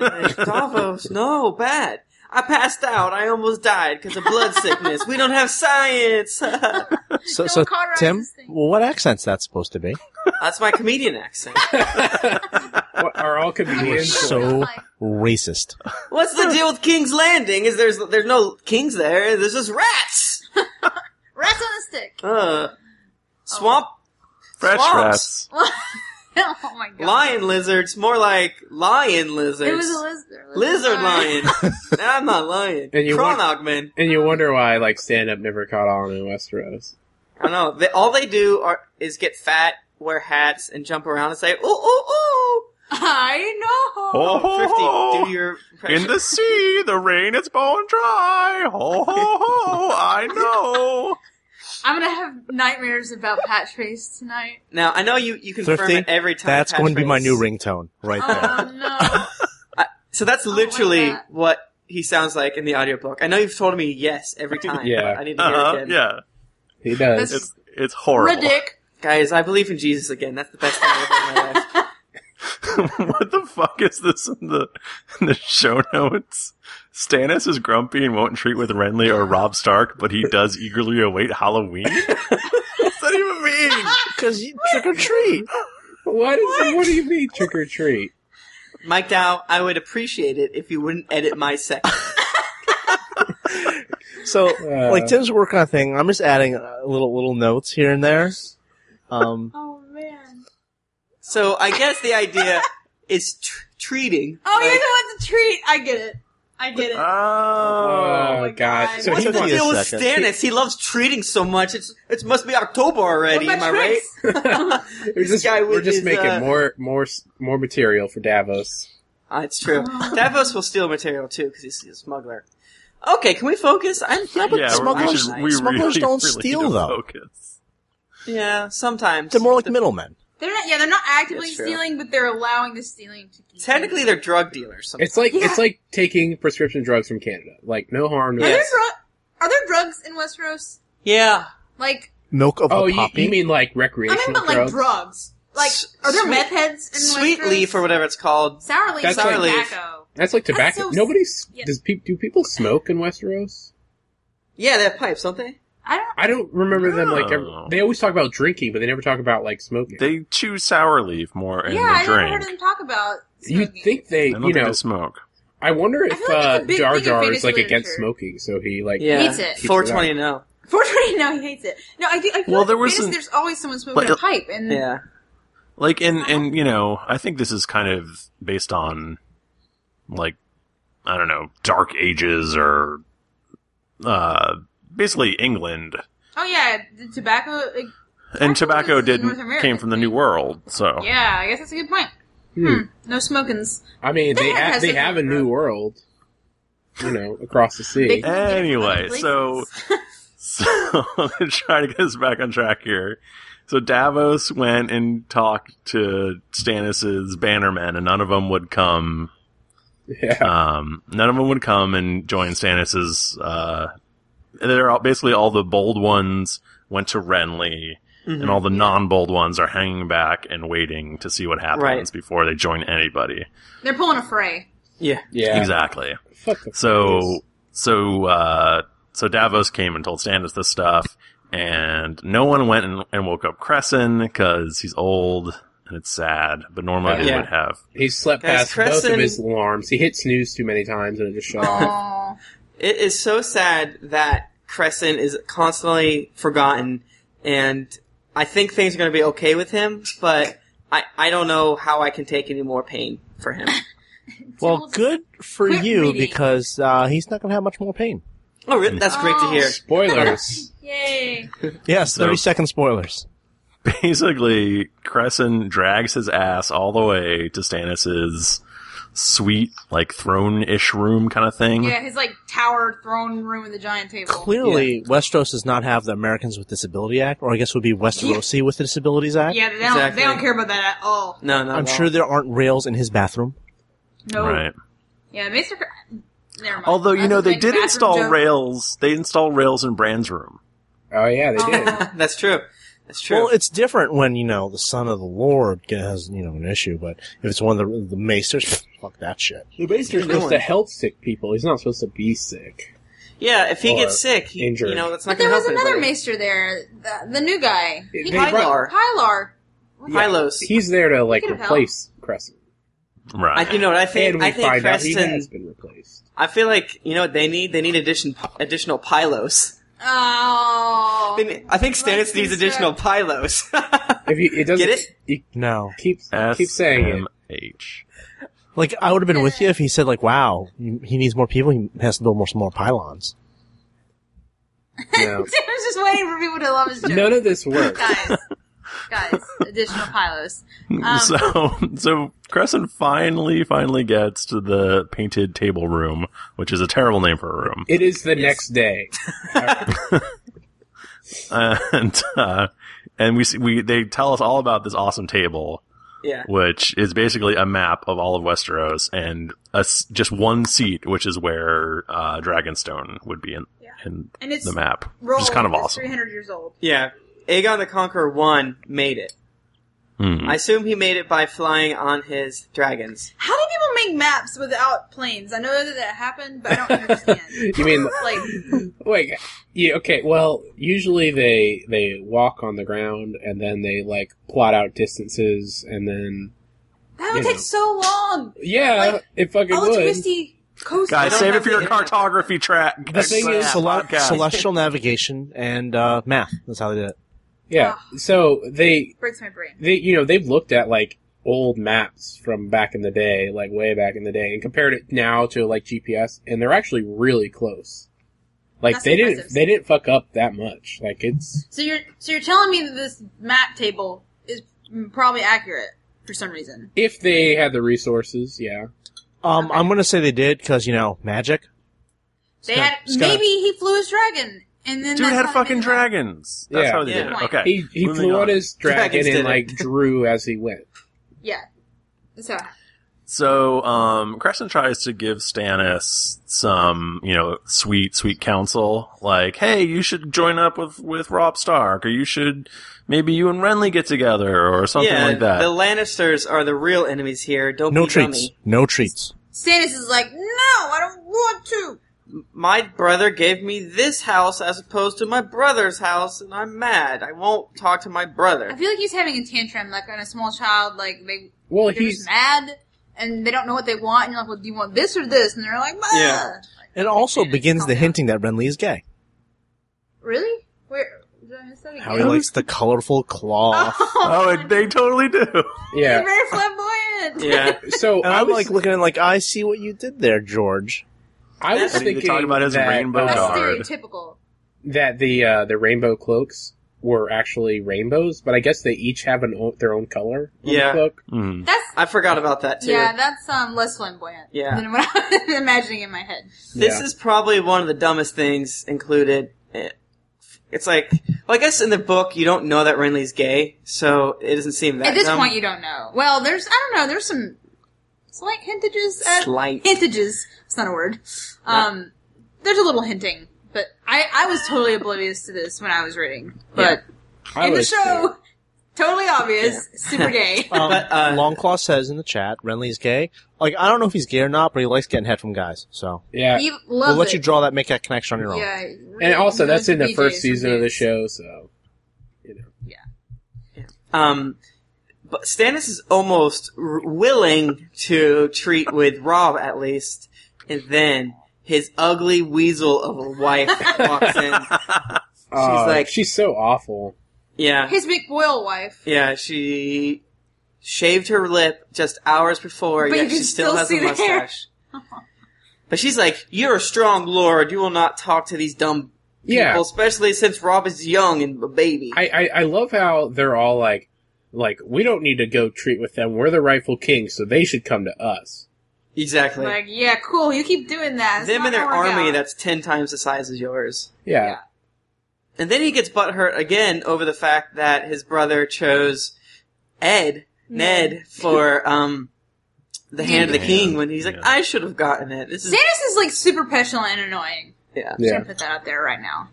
A: And then, Davos, no, bad. I passed out. I almost died because of blood sickness. We don't have science. That's
C: So,
E: Don't
C: so
E: cauterize
C: Tim,
E: this thing.
C: what accent's that supposed to be?
A: my comedian accent.
D: What, are all comedians
C: so
E: Like,
C: racist.
A: What's the deal with King's Landing? Is there's there's no kings there? There's just rats.
E: Rats on a stick.
A: Uh, swamp
B: Fresh
A: Swamps.
B: rats.
E: oh my god.
A: lion lizards, more like lion lizards.
E: It was a lizard.
A: Lizard
E: lion.
A: lion. I'm not lying.
D: And you want-
A: Kronog man.
D: and you wonder why like stand up never caught on in Westeros.
A: I know. They, all they do are is get fat, wear hats, and jump around and say, "Ooh, ooh, ooh!"
E: I know.
D: Oh.
B: Ho, ho,
A: Thrifty,
B: ho.
A: do your
B: In
A: impression.
B: the sea, the rain it's bone dry. Ho ho ho! I know.
E: I'm gonna have nightmares about Patch Face tonight.
A: now I know you you confirm
C: Thrifty,
A: it every time.
C: That's going to be my
A: catchphrase.
C: new ringtone right
A: Uh-huh.
C: there.
E: Oh no.
A: So that's
E: Oh, like
A: literally
E: that.
A: what he sounds like in the audiobook. I know you've told me yes every time.
D: Yeah.
A: but I need to hear it
B: Uh-huh,
A: again.
B: yeah,
D: He does.
E: That's-
B: it's it's horrible.
E: Ridic.
A: Guys, I believe in Jesus again. That's the best thing I've ever in my life.
B: what the fuck is this in the in the show notes? Stannis is grumpy and won't treat with Renly or Rob Stark, but he does eagerly await Halloween. What's that even mean?
C: Because trick or treat.
D: what is what? do you mean trick or treat?
A: Mike Dow, I would appreciate it if you wouldn't edit my section.
C: So,
D: Uh.
C: like Tim's working on a thing. I'm just adding uh, little little notes here and there. Um,
E: Oh man.
A: So I guess the idea is tr- treating.
E: Oh, you
A: like,
E: know what to treat. I get it. I get it.
B: Oh,
D: Oh,
E: my
D: gosh.
E: God.
D: So
A: What's
D: he
A: the
C: wants-
A: deal with
C: Second.
A: Stannis? He loves treating so much. It's it must be October already.
E: What
A: Am
E: about
A: I right?
E: tricks?
D: we're just,
A: guy
D: we're
A: with
D: just
A: his,
D: making
A: uh,
D: more more s- more material for Davos.
A: Ah, it's true. Davos will steal material too because he's a smuggler. Okay, can we focus? I'm yeah,
B: yeah, we
C: smugglers-
B: should- we
C: smugglers
B: really,
C: don't
B: really
C: steal,
B: need to
C: though.
B: Focus.
A: yeah, sometimes
C: they're more like middlemen.
E: They're not. Yeah, they're not actively
A: That's true.
E: stealing, but they're allowing the stealing to. Continue.
A: technically they're drug dealers. Sometimes.
D: It's like
E: Yeah.
D: it's like taking prescription drugs from Canada. Like no harm. No
E: Are
A: Yes.
E: there drug? Are there drugs in Westeros?
A: Yeah,
E: Like
C: Milk of
D: Oh,
C: a
D: you,
C: poppy.
D: you mean like
E: I
D: recreational
E: mean, but like
D: drugs?
E: drugs. Like,
A: S-
E: are there
A: sweet-
E: meth heads in
A: sweet
E: Westeros?
A: leaf or whatever it's called.
E: Sour leaf.
D: That's
E: sour
A: like-
E: tobacco.
D: That's like
E: That's
D: tobacco.
E: so-
D: Nobody s
E: yeah.
D: does. Pe- do people smoke in Westeros?
A: Yeah, they have pipes, don't they?
E: I don't.
D: I don't remember them like.
B: No.
D: Ever, they always talk about drinking, but they never talk about like smoking.
B: They chew sour leaf more in
E: yeah, I
B: the
E: never heard
B: drink.
E: them talk about
D: You'd think they,
B: I don't
D: you
B: think
D: know,
B: I smoke.
D: I wonder if
E: feel like that's
D: uh,
E: a big
D: Jar
E: thing in
D: Jar
E: Fantasy
D: is like against
E: literature.
D: smoking, so he like
A: Yeah.
E: Hates it.
A: Four twenty and oh.
E: Fortunately, no, he hates it. No, I do. I feel
B: Well,
E: like
B: there
E: there
B: was an-
E: there's always someone smoking
B: But-
E: a pipe, and
A: Yeah.
B: Like, and and you know, I think this is kind of based on, like, I don't know, Dark Ages or, uh, basically England
E: oh yeah, the tobacco. Like,
B: and
E: Actually,
B: tobacco
E: this is a
B: did
E: North American
B: came from the New
E: thing.
B: World. So
E: yeah, I guess that's a good point. Hmm. No smokings.
D: I mean, they
E: That
D: have
E: has
D: they
E: a
D: have a
E: different-
D: new world, you know, across the sea.
E: They can get it from other
B: Anyway, so-
E: places.
B: So I'm gonna try to get us back on track here. So Davos went and talked to Stannis's bannermen, and none of them would come.
D: yeah,
B: Um, none of them would come and join Stannis's. Uh, they're all, basically all the bold ones went to Renly,
A: Mm-hmm.
B: and all the non-bold ones are hanging back and waiting to see what happens
A: Right.
B: before they join anybody.
E: they're pulling a fray.
A: Yeah.
D: yeah.
B: Exactly.
D: Fuck the
B: So
D: Phillies.
B: so uh, so Davos came and told Stannis this stuff, and no one went and, and woke up Crescent because he's old and it's sad. But normally they
A: Yeah.
B: would have.
D: he slept
A: Guys,
D: past both of
A: Crescent-
D: his alarms. He hit snooze too many times and it just shut off.
E: Oh,
A: It is so sad that Crescent is constantly forgotten, and I think things are going to be okay with him, but I, I don't know how I can take any more pain for him.
C: Well, good for
E: Quit
C: you
E: reading.
C: because uh, he's not going to have much more pain.
A: Oh, really? That's great to
D: Oh.
A: hear.
D: Spoilers.
E: yay!
C: Yes,
B: So-
C: thirty second spoilers.
B: Basically, Crescent drags his ass all the way to Stannis's sweet, like throne-ish room kind of thing.
E: Yeah, his like tower throne room with a giant table.
C: Clearly, Westeros does not have the Americans with Disability Act, or I guess it would be Westerosi with the Disabilities Act.
E: Yeah, they don't,
A: Exactly.
E: they don't care about that at all.
A: No, no.
C: I'm sure there aren't rails in his bathroom.
E: No.
B: Right.
E: Yeah, Mr. Cr- Never mind.
B: Although you
E: That's
B: know
E: a
B: they
E: big
B: did
E: bathroom
B: install
E: joke.
B: rails. They install rails in Bran's room.
D: Oh yeah, they did.
E: Oh.
A: That's true. That's true.
C: Well, it's different when you know the son of the Lord has you know an issue, but if it's one of the the maesters, fuck that shit.
D: The Maester's supposed to help sick people. He's not supposed to be sick.
A: yeah, if he
D: or
A: gets sick, he,
D: injured.
A: you know, that's not
E: But
A: going
E: there
A: to
E: was
A: help
E: another
A: anybody.
E: maester there, the, the new guy.
D: They
E: Hylar.
A: brought-
E: Hylar.
A: Hylos.
D: He's there to like
E: He could help.
D: replace Crescent,
B: Right.
A: I, you know what I
D: and
A: think?
D: we
A: I think
D: find out he
A: Creston.
D: has been replaced.
A: I feel like you know what they need. They need addition, additional pylos.
E: Oh.
A: They need- I think Stannis
E: Let's
A: needs
E: do
A: additional pylos.
D: If you, it doesn't,
A: Get it?
D: You
C: No,
D: keep keep saying it.
B: H.
C: like I would have been with you if he said like, "Wow, he needs more people. He has to build more more pylons."
D: No.
E: I was just waiting for people to love his joke.
D: None of this works.
E: Guys. Guys. Additional pylos. Um,
B: so so Crescent finally finally gets to the painted table room, which is a terrible name for a room.
D: It is the next day.
B: And uh, and we see, we they tell us all about this awesome table,
A: yeah.
B: which is basically a map of all of Westeros and a s just one seat, which is where uh, Dragonstone would be in
E: Yeah.
B: in
E: and it's
B: the map,
E: rolled.
B: which is kind of
E: It's
B: awesome.
E: 300 years old.
A: Yeah. Aegon the Conqueror 1 made it.
B: Hmm.
A: I assume he made it by flying on his dragons.
E: How do people make maps without planes? I know that that happened, but I don't understand.
D: You mean
E: like,
D: Wait, yeah, okay. Well, usually they they walk on the ground and then they like plot out distances and then
E: that would
D: You
E: take
D: know.
E: so long.
D: yeah,
E: Like,
D: it fucking
E: All
D: would.
E: the twisty coast.
A: I
B: Guys,
A: don't
B: save it
A: have
B: for your
A: the-
B: cartography track.
C: The thing is, cele-
B: podcast.
C: celestial navigation and uh, math. That's how they did it.
D: Yeah. So they
E: breaks my brain.
D: they you know they've looked at like old maps from back in the day, like way back in the day, and compared it now to like GPS, and they're actually really close. Like
E: That's
D: they didn't
E: impressive.
D: they didn't fuck up that much. Like it's
E: So you're so you're telling me that this map table is probably accurate for some reason.
D: if they had the resources, yeah.
C: Um, I'm going to say they did because you know magic.
E: They
C: Scott-
E: had
C: Scott.
E: maybe he flew his dragon and then
B: Dude
E: that's
B: had
E: how they
B: fucking
E: made the map.
B: dragons. That's
D: Yeah.
B: how they
A: Yeah.
B: did it. Okay.
D: He he
B: moving
D: flew on
B: on.
D: his dragon
A: Dragons did
D: and
A: it.
D: like drew as he went.
E: Yeah. That's how it happened.
B: So, um, Crescent tries to give Stannis some, you know, sweet, sweet counsel. Like, hey, you should join up with, with Rob Stark, or you should, maybe you and Renly get together, or something
A: yeah,
B: like that.
A: the Lannisters are the real enemies here. Don't
C: No
A: be
C: treats.
A: dummy.
C: No treats.
E: Stannis is like, no, I don't want to.
A: My brother gave me this house as opposed to my brother's house, and I'm mad. I won't talk to my
E: I
A: brother.
E: feel like he's having a tantrum, like on a small child. Like they,
D: Well,
E: they're
D: he's
E: just mad and they don't know what they want, and you're like, well, do you want this or this? And they're like, bah.
A: Yeah.
C: It also begins the
E: Calm down.
C: hinting that Renly is gay.
E: Really? Where? Did I miss that again?
C: How he likes the colorful cloth.
E: Oh,
B: Oh, and they totally do.
E: they're
D: Yeah.
E: very flamboyant.
A: Yeah.
D: So
C: And
D: I
C: I'm
D: was
C: like looking at like, I see what you did there, George.
D: I was
B: And he
D: thinking
B: talked about his
D: that,
B: rainbow
D: uh,
E: That's
B: Hard.
E: stereotypical.
D: that the uh, the rainbow cloaks were actually rainbows, but I guess they each have an o- their own color. on the
A: Yeah.
D: cloak.
B: Mm.
E: That's
A: I forgot about that too.
E: yeah, that's um less flamboyant
A: Yeah.
E: than what I was imagining in my head.
A: This
D: Yeah.
A: is probably one of the dumbest things included. Eh, It's like, well, I guess in the book you don't know that Renly's gay, so it doesn't seem that um,
E: at this
A: dumb.
E: point, you don't know. Well, there's I don't know. There's some slight hintages. At,
A: Slight.
E: hintages. It's not a word. Um, there's a little hinting, but I I was totally oblivious to this when I was reading. But
D: I
E: in the
D: was
E: show, totally obvious, super gay.
C: Um,
A: But, uh,
C: Longclaw says in the chat, Renly's gay. Like, I don't know if he's gay or not, but he likes getting head from guys. So
D: Yeah,
E: You
C: we'll
E: love
C: let
E: it.
C: you draw that, make that connection on your own.
E: Yeah,
D: and also
E: really
D: that's in the
E: BJs
D: first
E: and
D: season of the
E: dudes.
D: show, so
A: Um, but Stannis is almost r- willing to treat with Rob at least, and then his ugly weasel of a wife walks in.
D: Uh,
A: like-
D: she's so awful.
A: Yeah,
E: His McBoyle wife.
A: yeah, she shaved her lip just hours before,
E: But
A: yet
E: you
A: she
E: can
A: still,
E: still
A: has
E: see
A: a
E: the hair.
A: mustache. But she's like, "You're a strong lord. You will not talk to these dumb people,
D: Yeah,
A: especially since Rob is young and a baby."
D: I, I I love how they're all like, like we don't need to go treat with them. We're the rightful king, so they should come to us.
A: exactly.
E: Like, yeah, cool. You keep doing that. It's
A: Them
E: not
A: and their
E: gonna work
A: army
E: out.
A: that's ten times the size as yours.
D: Yeah,
E: Yeah.
A: And then he gets butthurt again over the fact that his brother chose Ed, Ned, for um, the hand of the
B: Yeah.
A: king when he's like,
B: Yeah.
A: I should have gotten it. This is
E: Xanus is like super petulant and annoying.
A: yeah.
E: Just
D: yeah.
E: gonna put that out there right now.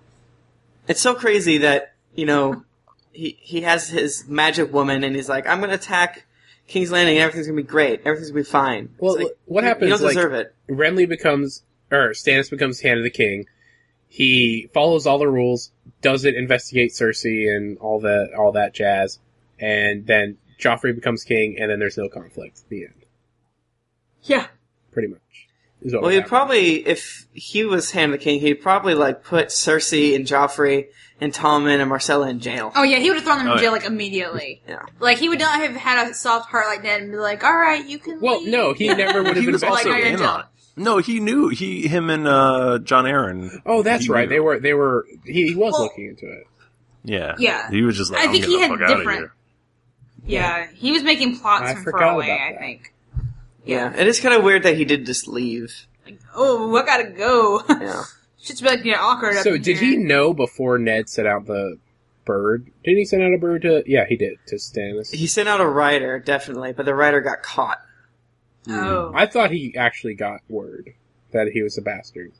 A: It's so crazy that you know he he has his magic woman and he's like, I'm gonna attack King's Landing. and Everything's gonna be great. Everything's gonna be fine. It's
D: Well,
A: like,
D: what
A: you-
D: happens?
A: You don't
D: like,
A: deserve it.
D: Renly becomes, or Stannis becomes Hand of the King. He follows all the rules, doesn't investigate Cersei and all that, all that jazz, and then Joffrey becomes king, and then there's no conflict. The end,
E: Yeah.
D: pretty much. Is what
A: Well,
D: would
A: he'd
D: happen.
A: probably, if he was hand of the king, he'd probably like put Cersei and Joffrey and Tommen and Marcella in jail.
E: Oh yeah, he would have thrown them
B: Oh,
E: in
B: yeah.
E: jail like immediately.
A: Yeah.
E: Like he would not have had a soft heart like that and be like, "All right, you can."
D: Well,
E: leave."
D: no, he never would have
B: He was
D: investigated.
B: also
E: Like Iron
B: in
E: Dome.
B: on it. No, he knew he him and uh, John Aaron.
D: oh, that's
B: he
D: right.
B: knew.
D: They were, they were. He, he was
E: Well-
D: looking into it.
B: Yeah,
E: Yeah.
B: He was just like,
E: I
B: I'm
E: think
B: getting
E: he
B: the
E: had
B: fuck outta
E: different-
B: here.
E: Yeah, he was making plots
D: I
E: from
D: forgot
E: far away.
D: about
E: I
D: that.
E: think.
A: Yeah, it is kind of weird that he did just leave.
E: Oh, I gotta go.
A: Yeah.
E: Shit's about to get awkward. up
D: So
E: in
D: did
E: here.
D: he know before Ned sent out the bird? Didn't he send out a bird to? Yeah, he did to Stannis.
A: He sent out a writer, definitely, but the writer got caught.
E: Oh.
D: I thought he actually got word that he was a bastard.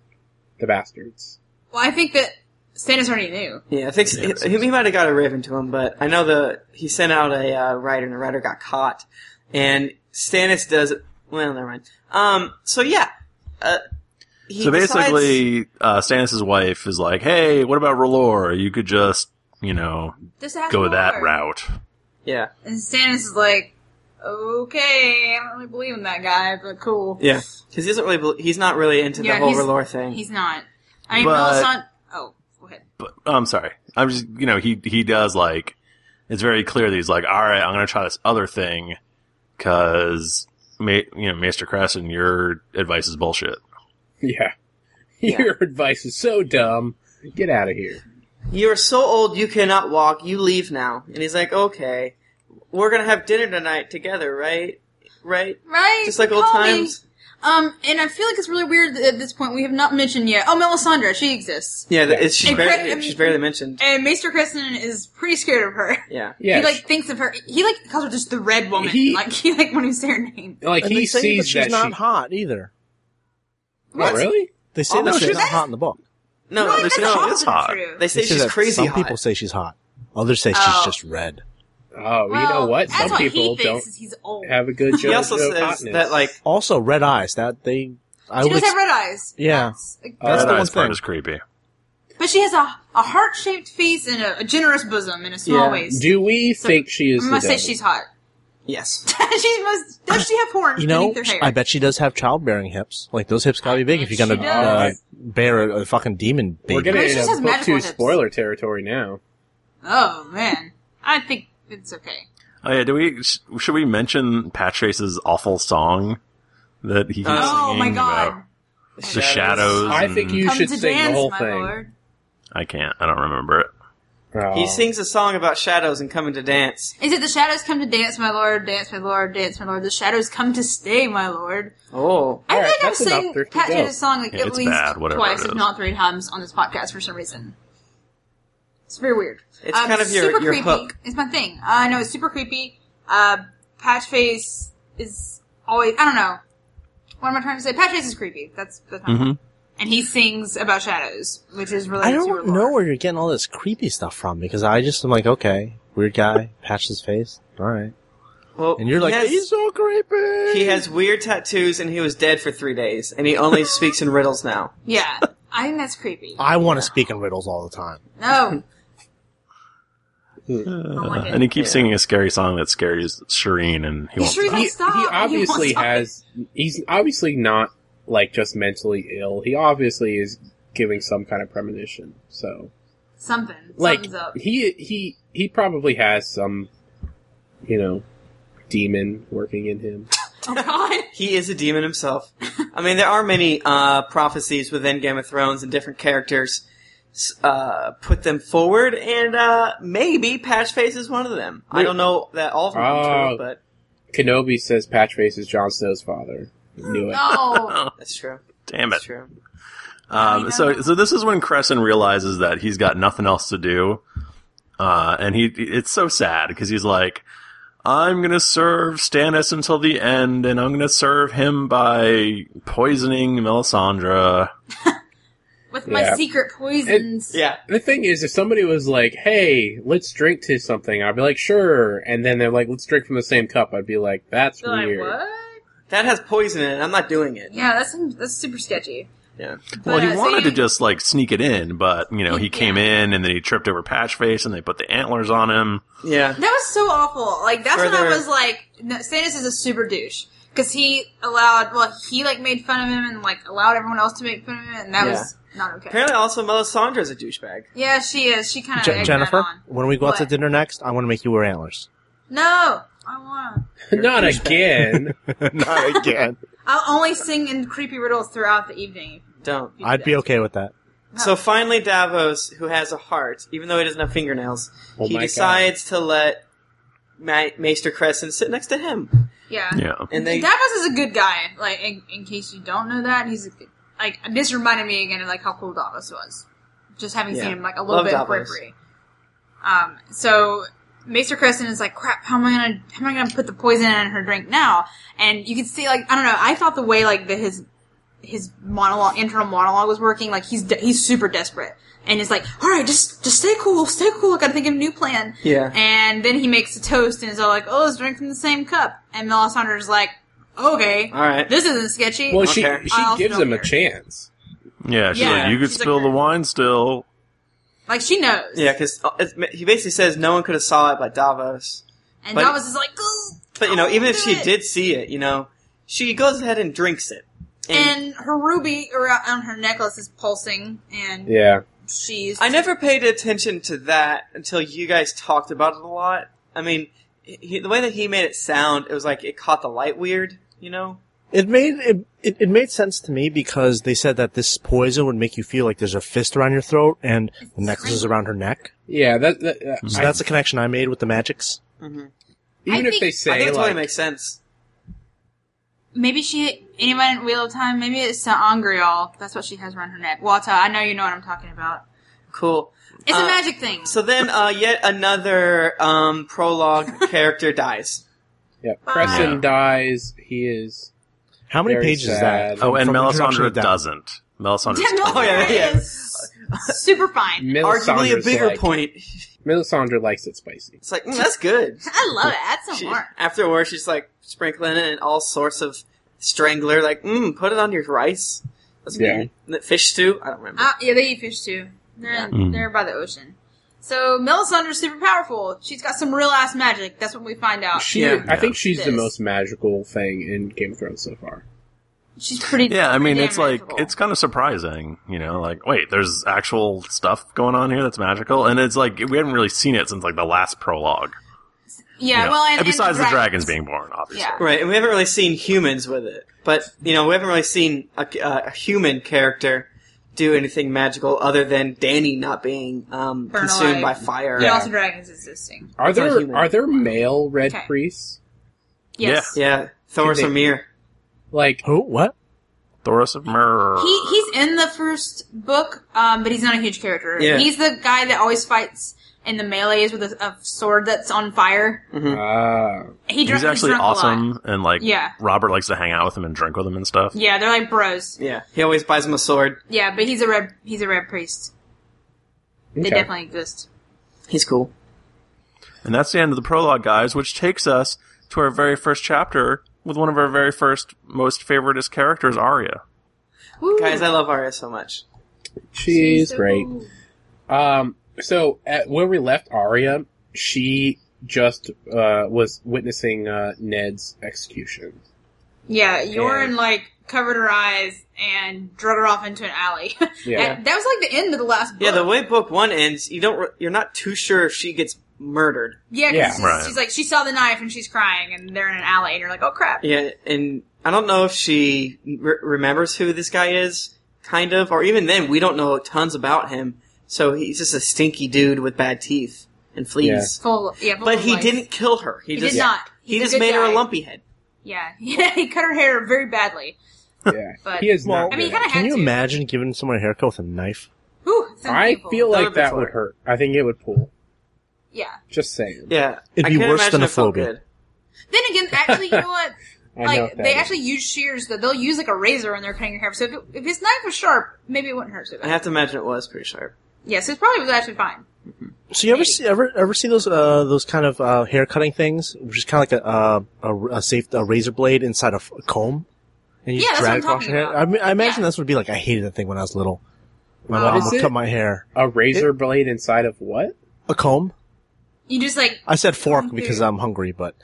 D: The bastards.
E: well, I think that Stannis already knew.
A: Yeah, I think s-
B: Yeah, it
A: he,
B: seems-
A: he might have got a raven to him, but I know the he sent out a uh, writer, and the writer got caught. And Stannis does well. Never mind. Um. So yeah. Uh, he
B: So
A: decides-
B: basically, uh, Stannis' wife is like, "Hey, what about R'hllor? You could just, you know,
E: This has
B: go
E: more.
B: that route."
A: yeah,
E: And Stannis is like, "Okay, I don't really believe in that guy, but cool."
A: yeah, because he doesn't really. bel- He's not really into
E: Yeah,
A: the whole
E: he's-
A: R'hllor thing.
E: He's not. I mean,
B: But-
E: Melisandre. Oh, go ahead.
B: But I'm sorry, I'm just, you know, he he does like, it's very clear that he's like, "All right, I'm gonna try this other thing," because. Ma- you know, Maester Cresson, your advice is bullshit.
D: Yeah.
A: Yeah.
D: Your advice is so dumb. Get out of here.
A: You're so old, you cannot walk. You leave now. And he's like, okay, we're gonna have dinner tonight together, right? Right?
E: Right?
A: Just like old
E: Call me.
A: times.
E: Um, and I feel like it's really weird that at this point we have not mentioned yet. Oh, Melisandre, she exists.
A: Yeah,
D: Yeah.
A: th It's, she's,
E: And
A: barely,
E: Cre- I mean-
A: she's barely mentioned.
E: And Maester Creston is pretty scared of her.
A: Yeah.
D: Yeah.
E: He like thinks of her. He like calls her just the red woman.
D: He-
E: like he like when he says her name.
D: like
C: And
D: he
C: they say
D: sees
C: that she's
D: that
C: not
D: she.
C: hot either.
D: Oh, really?
C: They say
A: Oh,
C: that
A: no,
C: she's
A: she's-
C: not hot in the book.
A: No,
E: Right,
A: they
E: that's
A: say, no,
E: opposite
B: it's
E: of
B: hot.
E: true.
A: they say
C: They say
A: she's
C: that
A: crazy
C: Some
A: hot.
C: people say she's hot. Others say
E: Oh.
C: she's just red.
D: Oh, you
E: Well,
D: know what?
E: That's
D: Some
E: what
D: people
E: he thinks
D: don't
E: is he's old.
D: have a good
A: he
D: judge
A: also
D: of
A: says
D: hotness.
A: that, like,
C: Also, red eyes. That they. I
E: she
C: would.
E: does have red eyes.
C: Yeah.
E: That's-
D: That's
B: that
D: the
B: eyes
C: one
B: part
C: thing.
B: is creepy.
E: but she has a, a heart shaped face and a, a generous bosom and a small
A: Yeah.
E: waist.
D: do we
E: So,
D: think she is?
E: I
D: the
E: must say
D: devil?
E: she's hot.
A: Yes.
E: She's most. Does she have horns
C: You know,
E: beneath her hair?
C: I bet she does have childbearing hips. Like those hips gotta be big if you're gonna
E: She
C: uh,
E: does.
C: bear a, a fucking demon baby.
D: We're getting
E: Gracious has
D: into book
E: magical
D: two
E: hips.
D: spoiler territory now.
E: Oh man, I think it's okay.
B: Oh yeah, do we sh- should we mention Patrace's awful song that he keeps
A: Oh,
E: oh
B: singing
E: my god.
B: about the shadows?
A: Mm-hmm.
D: I think
B: and-
D: you
E: Come
D: should
E: to
D: sing
E: dance,
D: the whole
E: my
D: thing.
E: lord.
B: I can't. I don't remember it.
A: He
D: Oh.
A: sings a song about shadows and coming to dance.
E: Is it the shadows come to dance, my lord? Dance, my lord. Dance, my lord. The shadows come to stay, my lord.
A: Oh.
E: I
D: Alright,
E: think I've
D: that's enough.
E: sung
D: Thrifty
E: Pat
D: Joe.
E: Joe's song like
B: Yeah,
E: at
B: it's
E: least
B: bad, whatever
E: twice,
B: it
E: if
B: is.
E: not three times, on this podcast for some reason. It's very weird. Um,
A: It's kind of your-
E: super
A: your
E: creepy.
A: hook.
E: It's my thing. I know it's super creepy. Uh, Patchface is always. I don't know. What am I trying to say? Patchface is creepy. That's that's my
B: Mm-hmm.
E: point. And he sings about shadows, which is related
C: I
E: to your
C: don't know
E: lore.
C: where you're getting all this creepy stuff from because I just am like, okay, weird guy, patched his face, all right.
A: Well,
C: And you're like,
A: he has,
C: he's so creepy.
A: he has weird tattoos and he was dead for three days and he only speaks in riddles now.
E: Yeah, I think that's creepy.
C: I want to speak in riddles all the time.
E: No. don't like it.
B: Uh, and he keeps singing a scary song that scares Shireen, and he won't.
E: Shireen-
B: stop.
E: Please don't stop.
D: he, he
E: You won't
D: obviously
E: stop.
D: has he's obviously not like just mentally ill he obviously is giving some kind of premonition so
E: Something.
D: like
E: Something's up.
D: he he he probably has some you know demon working in him
E: Oh god.
A: He is a demon himself. I mean, there are many uh, prophecies within Game of Thrones and different characters s- uh, put them forward, and uh, maybe Patchface is one of them. I don't know that all of them are true,
D: Oh.
A: but
D: kenobi says patchface is Jon snow's father knew it
E: No.
A: that's true.
B: Damn it!
A: That's true.
B: Um, so, so this is when Crescent realizes that he's got nothing else to do, uh, and he—it's so sad because he's like, "I'm gonna serve Stannis until the end, and I'm gonna serve him by poisoning Melisandre."
E: With my
D: Yeah.
E: secret poisons.
A: Yeah.
D: the thing is if somebody was like hey let's drink to something i'd be like sure and then they're like let's drink from the same cup i'd be like that's
E: They're like,
D: weird
E: what?
A: That has poison in it. I'm not doing it.
E: Yeah, that's that's super sketchy.
A: Yeah.
B: Well,
E: But,
B: he
E: uh, so
B: wanted
E: you-
B: to just like sneak it in, but you know he came in and then he tripped over Patchface, and they put the antlers on him.
A: Yeah.
E: That was so awful. Like that's when I
A: Further-
E: was like, no, Stannis is a super douche because he allowed. Well, he like made fun of him and like allowed everyone else to make fun of him, and that
A: Yeah.
E: was not okay.
A: Apparently, also Melisandre is a douchebag.
E: yeah, she is. She kind of
C: Je- Jennifer, when we go out to
E: What?
C: dinner next, I want to make you wear antlers.
E: No, I want. to
D: not again
C: Not again.
E: I'll only sing in creepy riddles throughout the evening.
A: Don't.
C: I'd be okay with that.
A: So finally, Davos, who has a heart, even though he doesn't have fingernails,
D: Oh
A: he
D: my God.
A: decides to let Ma- Maester Crescent sit next to him,
E: Yeah.
B: Yeah,
A: and they
E: Davos is a good guy. Like, in, in case you don't know that, he's a good, like this reminded me again of like how cool Davos was, just having
A: Yeah.
E: seen him like a little
A: Love
E: bit in
A: Davos.
E: periphery. Um, so Maester Crescent is like, crap. How am I gonna how am I gonna put the poison in her drink now? And you can see like I don't know. I thought the way like the, his his monologue internal monologue was working like he's de- he's super desperate and it's like all right just just stay cool stay cool i gotta think of a new plan
A: Yeah.
E: and then he makes a toast and is all like oh let's drink from the same cup and melisandre's like okay
A: All right.
E: this isn't sketchy
D: well
A: Okay.
D: she
E: I
D: she
E: also
D: gives
E: don't
D: him a
E: care.
D: chance
B: yeah. She's
E: Yeah.
B: like, "You could
E: She's like,
B: spill the wine still."
E: like she knows
A: Yeah, because he basically says no one could have saw it but Davos.
E: and
A: but-
E: davos is like "Ugh,
A: But you know,
E: I'll
A: even if
E: do
A: she
E: it."
A: did see it, you know, she goes ahead and drinks it. And,
E: and her ruby around on her necklace is pulsing and
D: yeah
E: she's
A: I never paid attention to that until you guys talked about it a lot. I mean, he, the way that he made it sound, it was like it caught the light weird. You know?
C: It made it, it, it made sense to me because they said that this poison would make you feel like there's a fist around your throat and the necklace is around her neck.
D: Yeah, that, that uh,
C: So
D: I-
C: that's the connection I made with the magics.
D: even
E: I think-
D: if they
A: I think
D: say
A: it
D: like,
A: totally makes sense.
E: maybe she anyone in wheel of time maybe it's angrial that's what she has around her neck wata i know you know what i'm talking about
A: Cool.
E: It's
A: Uh,
E: a magic thing.
A: So then, uh, yet another um, prologue character dies.
D: yeah, Crescent
B: Yeah.
D: dies, he is
C: How many
D: Very
C: pages
D: sad.
C: is that?
B: Oh, and
C: From introduction to
B: Melisandre
C: death.
B: doesn't. Melisandre.
E: Tim
A: Oh, yeah, yeah.
E: is super fine.
A: Arguably a
D: Melisandre's
A: bigger
D: like,
A: point.
D: Melisandre likes it spicy.
A: It's like mm, that's good.
E: I love it. Add some
A: She,
E: more.
A: afterwards, she's like sprinkling it in all sorts of strangler. Like, mm, put it on your rice. That's
D: Yeah.
E: Ah.
A: weird. N- Fish stew. I don't remember.
E: Uh, yeah, they eat fish too. They're,
B: Mm.
E: they're by the ocean. So Melisandre's super powerful. She's got some real ass magic. That's what we find out.
D: She,
A: Yeah.
D: I think she's the
E: This.
D: most magical thing in Game of Thrones so far.
E: She's pretty.
B: Yeah, I mean,
E: pretty
B: it's
E: damn
B: like
E: magical.
B: it's kind of surprising, you know. Like, wait, there's actual stuff going on here that's magical, and it's like we haven't really seen it since like the last prologue.
E: yeah.
B: you know?
E: Well, and, and
B: besides the dragons being born, obviously.
E: Yeah.
A: Right, and we haven't really seen humans with it. But, you know, we haven't really seen a, uh, a human character do anything magical other than Danny not being um,
E: Burn
A: consumed by
E: alive.
A: fire.
E: But
D: Yeah.
E: also dragons existing.
D: Are
A: That's not
D: there
A: human.
D: are there male red
E: Okay.
D: priests?
E: Yes.
A: Yeah, Thor
D: Did they-
A: Samir.
D: Like
C: Who? What?
B: Thoros of Myrrh.
E: He he's in the first book, um, but he's not a huge character.
A: Yeah.
E: He's the guy that always fights in the melee's with a, a sword that's on fire.
D: uh,
E: He dr-
B: He's actually
E: drunk A lot.
B: awesome, and like
E: Yeah.
B: Robert likes to hang out with him and drink with him and stuff.
E: Yeah, they're like bros.
A: Yeah, he always buys him a sword.
E: Yeah, but he's a red he's a red priest. They
D: okay.
E: definitely exist.
A: He's cool.
B: And that's the end of the prologue, guys, which takes us to our very first chapter with one of our very first most favoriteest characters, Arya.
E: Woo.
A: Guys, I love Arya so much.
D: she's
E: So
D: great.
E: cool.
D: Um, so at where we left Arya, she just uh, was witnessing uh, Ned's execution.
E: Yeah, Yoren
D: And-
E: like covered her eyes and drug her off into an alley.
D: Yeah,
E: And that was like the end of the last book.
A: Yeah, the way book one ends, you don't, re- you're not too sure if she gets murdered.
E: Yeah, 'cause
D: Yeah.
E: she's,
B: Right.
E: she's like she saw the knife and she's crying and they're in an alley and you're like, oh crap.
A: Yeah, and I don't know if she re- remembers who this guy is, kind of, or even then, we don't know tons about him. So he's just a stinky dude with bad teeth and fleas.
E: Full, yeah, full
A: But
E: of
A: he
E: life.
A: didn't kill her. He,
E: He
A: just
E: did not.
A: he
E: He's a
A: just
E: good
A: made her
E: guy.
A: a lumpy head.
E: Yeah, yeah, he cut her hair very badly.
D: yeah.
E: But-
D: he is
C: Well,
D: not.
E: I mean, he
D: good.
E: kind of had
C: Can you
E: to.
C: imagine giving someone a haircut with a knife?
E: Whew, it sounds
D: I
E: painful.
D: feel
A: That
D: like
A: would've been
D: that would
A: fun.
D: hurt. I think it would pull.
E: yeah.
D: Just saying.
A: Yeah,
C: It'd
A: I
C: be
A: can't
C: worse
A: imagine
C: than
A: it felt
C: a phobia.
A: good.
E: Then again, actually, you know what?
D: I know
E: Like
D: what that
E: they
D: is.
E: actually use shears though. They'll use like a razor when they're cutting your hair. So if, it, if his knife was sharp, maybe it wouldn't hurt so
A: I
E: bad.
A: have to imagine it was pretty sharp.
E: yeah, so it probably was actually fine.
C: So you ever see ever ever see those uh those kind of uh hair cutting things, which is kind of like a uh, a, a safe a razor blade inside a f- a comb, and you
E: Yeah, that's
C: just
E: what
C: drag it
E: I'm
C: across your
E: talking
C: hair.
E: about.
C: I, mean, I imagine
E: Yeah.
C: that's what it'd be like. I hated that thing when I was little. My
E: What
C: mom
E: is
C: would
D: it?
C: cut my hair.
D: a razor blade inside of what?
C: A comb.
E: You just like
C: I said fork
E: Hungry.
C: because I'm hungry, but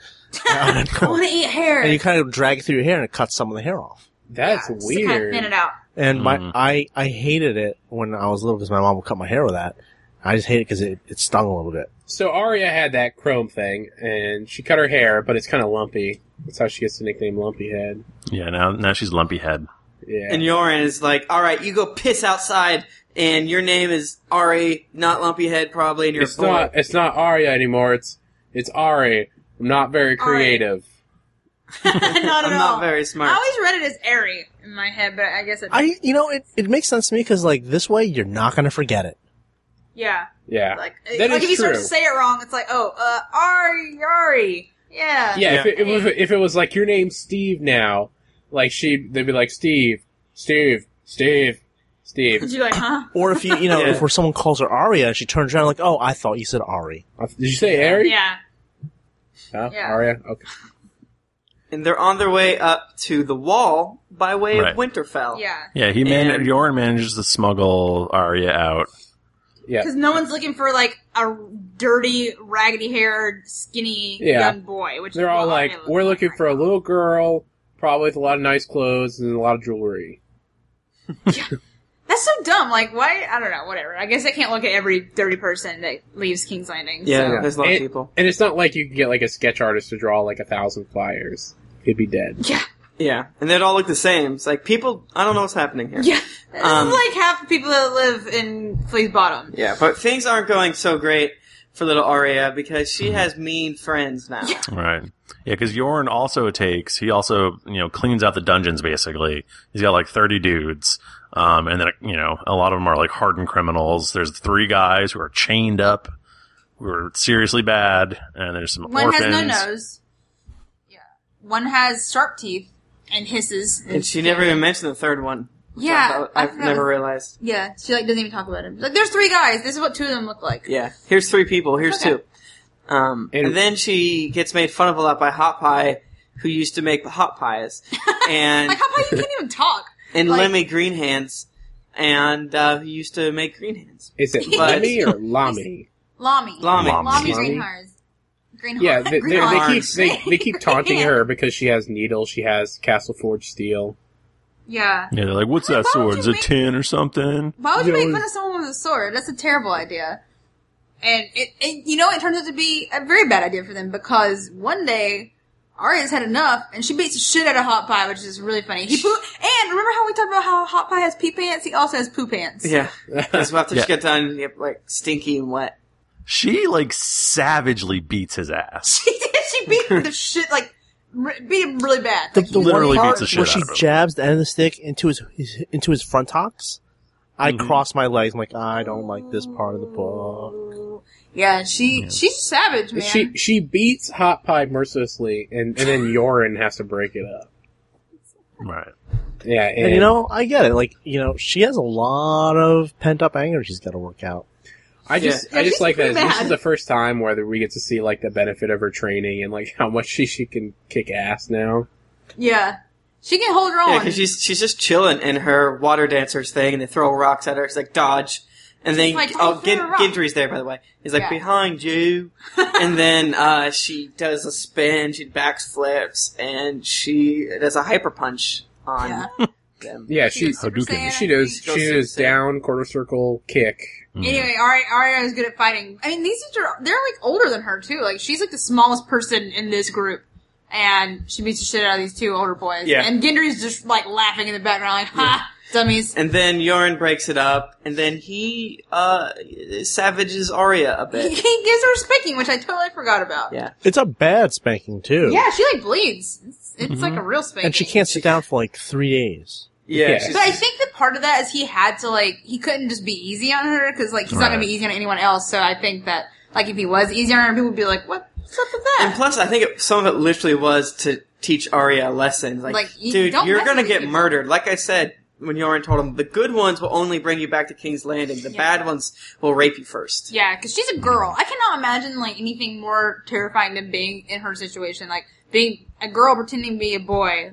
C: a
E: I
C: comb.
E: want to eat hair.
C: And you kind of drag it through your hair and it cuts some of the hair off.
D: That's
E: Yeah, just to Kind of
D: weird.
E: thin it out.
C: And
B: Mm.
C: my I I hated it when I was little because my mom would cut my hair with that. I just hate it because it, it stung a little bit.
D: so Arya had that chrome thing, and she cut her hair, but it's kind of lumpy. That's how she gets the nickname Lumpy Head.
B: Yeah, now now she's lumpy head.
D: Yeah.
A: And Yoren is like, "All right, you go piss outside, and your name is Ari, not Lumpyhead, probably, and you're
D: it's
A: a boy."
D: not it's not Arya anymore. It's it's Ari. I'm not
E: Ari.
D: very creative.
E: not at all.
A: I'm not very smart.
E: I always read it as airy in my head, but I guess it.
C: I you know it, it makes sense to me because like this way you're not gonna forget it.
E: yeah.
D: Yeah.
E: Like,
D: That
E: like
D: is
E: if you start to
D: true.
E: say it wrong, it's like, oh, uh, Ari, Ari. Yeah.
D: yeah, If,
A: Yeah.
D: it, if, it- if it was like your name's Steve now, like she they'd be like Steve, Steve, Steve, Steve.
E: You're like, huh?
C: Or if you you know
A: Yeah.
C: if where someone calls her Aria and she turns around like oh I thought you said Ari.
D: Uh, Did you say Ari?
E: Yeah.
D: Huh?
E: Yeah.
D: Arya. Okay.
A: and they're on their way up to the wall by way
B: Right.
A: of
D: Oh.
A: Winterfell.
E: Yeah.
B: Yeah, he man
A: And-
B: Yoren manages to smuggle Arya out.
D: Yeah.
E: Because no one's looking for like a dirty, raggedy-haired, skinny
D: Yeah.
E: young boy. Which
D: They're all like, we're looking for a little girl, probably with a lot of nice clothes and a lot of jewelry.
E: That's so dumb. Like, why? I don't know. Whatever. I guess I can't look at every dirty person that leaves King's Landing.
A: Yeah,
E: so-
A: there's a lot
D: It-
A: of people.
D: And it's not like you can get like a sketch artist to draw like a thousand flyers. He'd be dead.
E: Yeah.
A: Yeah, and they'd all look the same. It's like people. I don't know what's happening here.
E: Yeah. This
A: Um,
E: is like half the people that live in Flea's Bottom.
A: Yeah, but things aren't going so great for little Arya because she
D: Mm-hmm.
A: has mean friends now.
B: Right. Yeah, because Yoren also takes he also you know cleans out the dungeons basically. He's got like thirty dudes, um, and then you know a lot of them are like hardened criminals. There's three guys who are chained up, who are seriously bad, and there's some
E: One
B: orphans.
E: has no nose. Yeah. One has sharp teeth and hisses.
A: And she never even mentioned the third one. which I
E: Yeah,
A: thought-
E: I
A: I've
E: forgot
A: never
E: the-
A: realized.
E: Yeah, she like doesn't even talk about him. Like, there's three guys. This is what two of them look like.
A: Yeah, here's three people. Here's
E: Okay.
A: two. Um,
D: And-
A: and, then she gets made fun of a lot by Hot Pie, who used to make the hot pies, and
E: Like, how about you can't even talk?
A: and
E: like-
A: Lemmy Greenhands, and uh, who used to make greenhands.
D: Is it
A: But-
D: Lemmy or Lami?
E: Lami.
A: Lami.
B: Lami.
E: Lami
D: Lami.
E: Greenhards. Greenhards.
D: Yeah, they, they, they keep
A: Greenhorns.
D: they, they keep taunting her because she has needle, she has castle forged steel.
E: Yeah.
B: Yeah, they're like, what's that
E: Why
B: sword?
E: would you
B: Is it
E: make-
B: tin or something?
E: Why would you
D: You
E: make
D: know,
E: fun of someone with a sword? That's a terrible idea. And it, it, you know, it turns out to be a very bad idea for them because one day Arya's had enough and she beats the shit out of Hot Pie, which is really funny. He poo- and remember how we talked about how Hot Pie has pee pants? He also has poo pants.
A: Yeah. Because after
B: Yeah.
A: she got done, yep, like stinky and wet.
B: She like savagely beats his ass.
E: she beat the shit like r- beat him really bad.
C: The,
E: Like,
C: the
B: literally
C: one
B: beats
C: part
B: the shit
C: where
B: out
C: she
B: of him.
C: jabs the end of the stick into his, his into his front hocks. I
B: Mm-hmm.
C: cross my legs. I'm like, I don't like this part of the book.
E: yeah, she she's savage, man.
D: She she beats Hot Pie mercilessly, and, and then Yorin has to break it up.
B: right.
D: Yeah, and,
C: And you know, I get it. Like, you know, she has a lot of pent up anger she's got to work out.
D: I just
E: Yeah.
D: I just like that
E: Pretty
D: this
E: bad.
D: is the first time where we get to see like the benefit of her training and like how much she, she can kick ass now.
E: yeah, she can hold her
A: Yeah,
E: own.
A: because she's she's just chilling in her water dancers thing, and they throw rocks at her. It's like dodge, and then
E: like,
A: oh,
E: don't throw
A: Gin-
E: a rock.
A: Gendry's there by the way. He's like
E: Yeah.
A: behind you, and then uh, she does a spin, she backflips, and she does a hyper punch on
E: Yeah.
A: them.
D: Yeah,
E: She
D: she
E: goes Super
B: Hadouken.
E: Saiyan,
D: she
E: I
D: does
E: think.
A: Goes
D: she does
A: Super Saiyan.
D: down quarter circle kick.
E: Anyway, Arya, Arya is good at fighting. I mean, these are they're like older than her too. Like she's like the smallest person in this group, and she beats the shit out of these two older boys.
A: Yeah.
E: and Gendry's just like laughing in the background, like ha, dummies.
A: And then Yoren breaks it up, and then he uh, savages Arya a
E: he
A: bit.
E: gives her a spanking, which I totally forgot about.
A: Yeah,
C: It's a bad spanking too.
E: Yeah, she like bleeds. It's, it's like a real spanking.
C: And she can't sit down for like three days.
A: yeah.
D: Yeah.
A: she's-
E: But I think that part of that is he had to like he couldn't just be easy on her because like he's not gonna
B: Right.
E: be easy on anyone else. So I think that like if he was easy on her, people would be like, "What- "What's up with
A: And
E: that?"
A: plus, I think it, some of it literally was to teach Arya a lesson. Like,
E: Like, you
A: dude,
E: don't
A: you're
E: mess
A: gonna
E: with
A: get
E: people.
A: murdered. Like I said when Yoren told him, the good ones will only bring you back to King's Landing. The
E: Yeah.
A: bad ones will rape you first.
E: Yeah, because she's a girl. I cannot imagine like anything more terrifying than being in her situation, like being a girl pretending to be a boy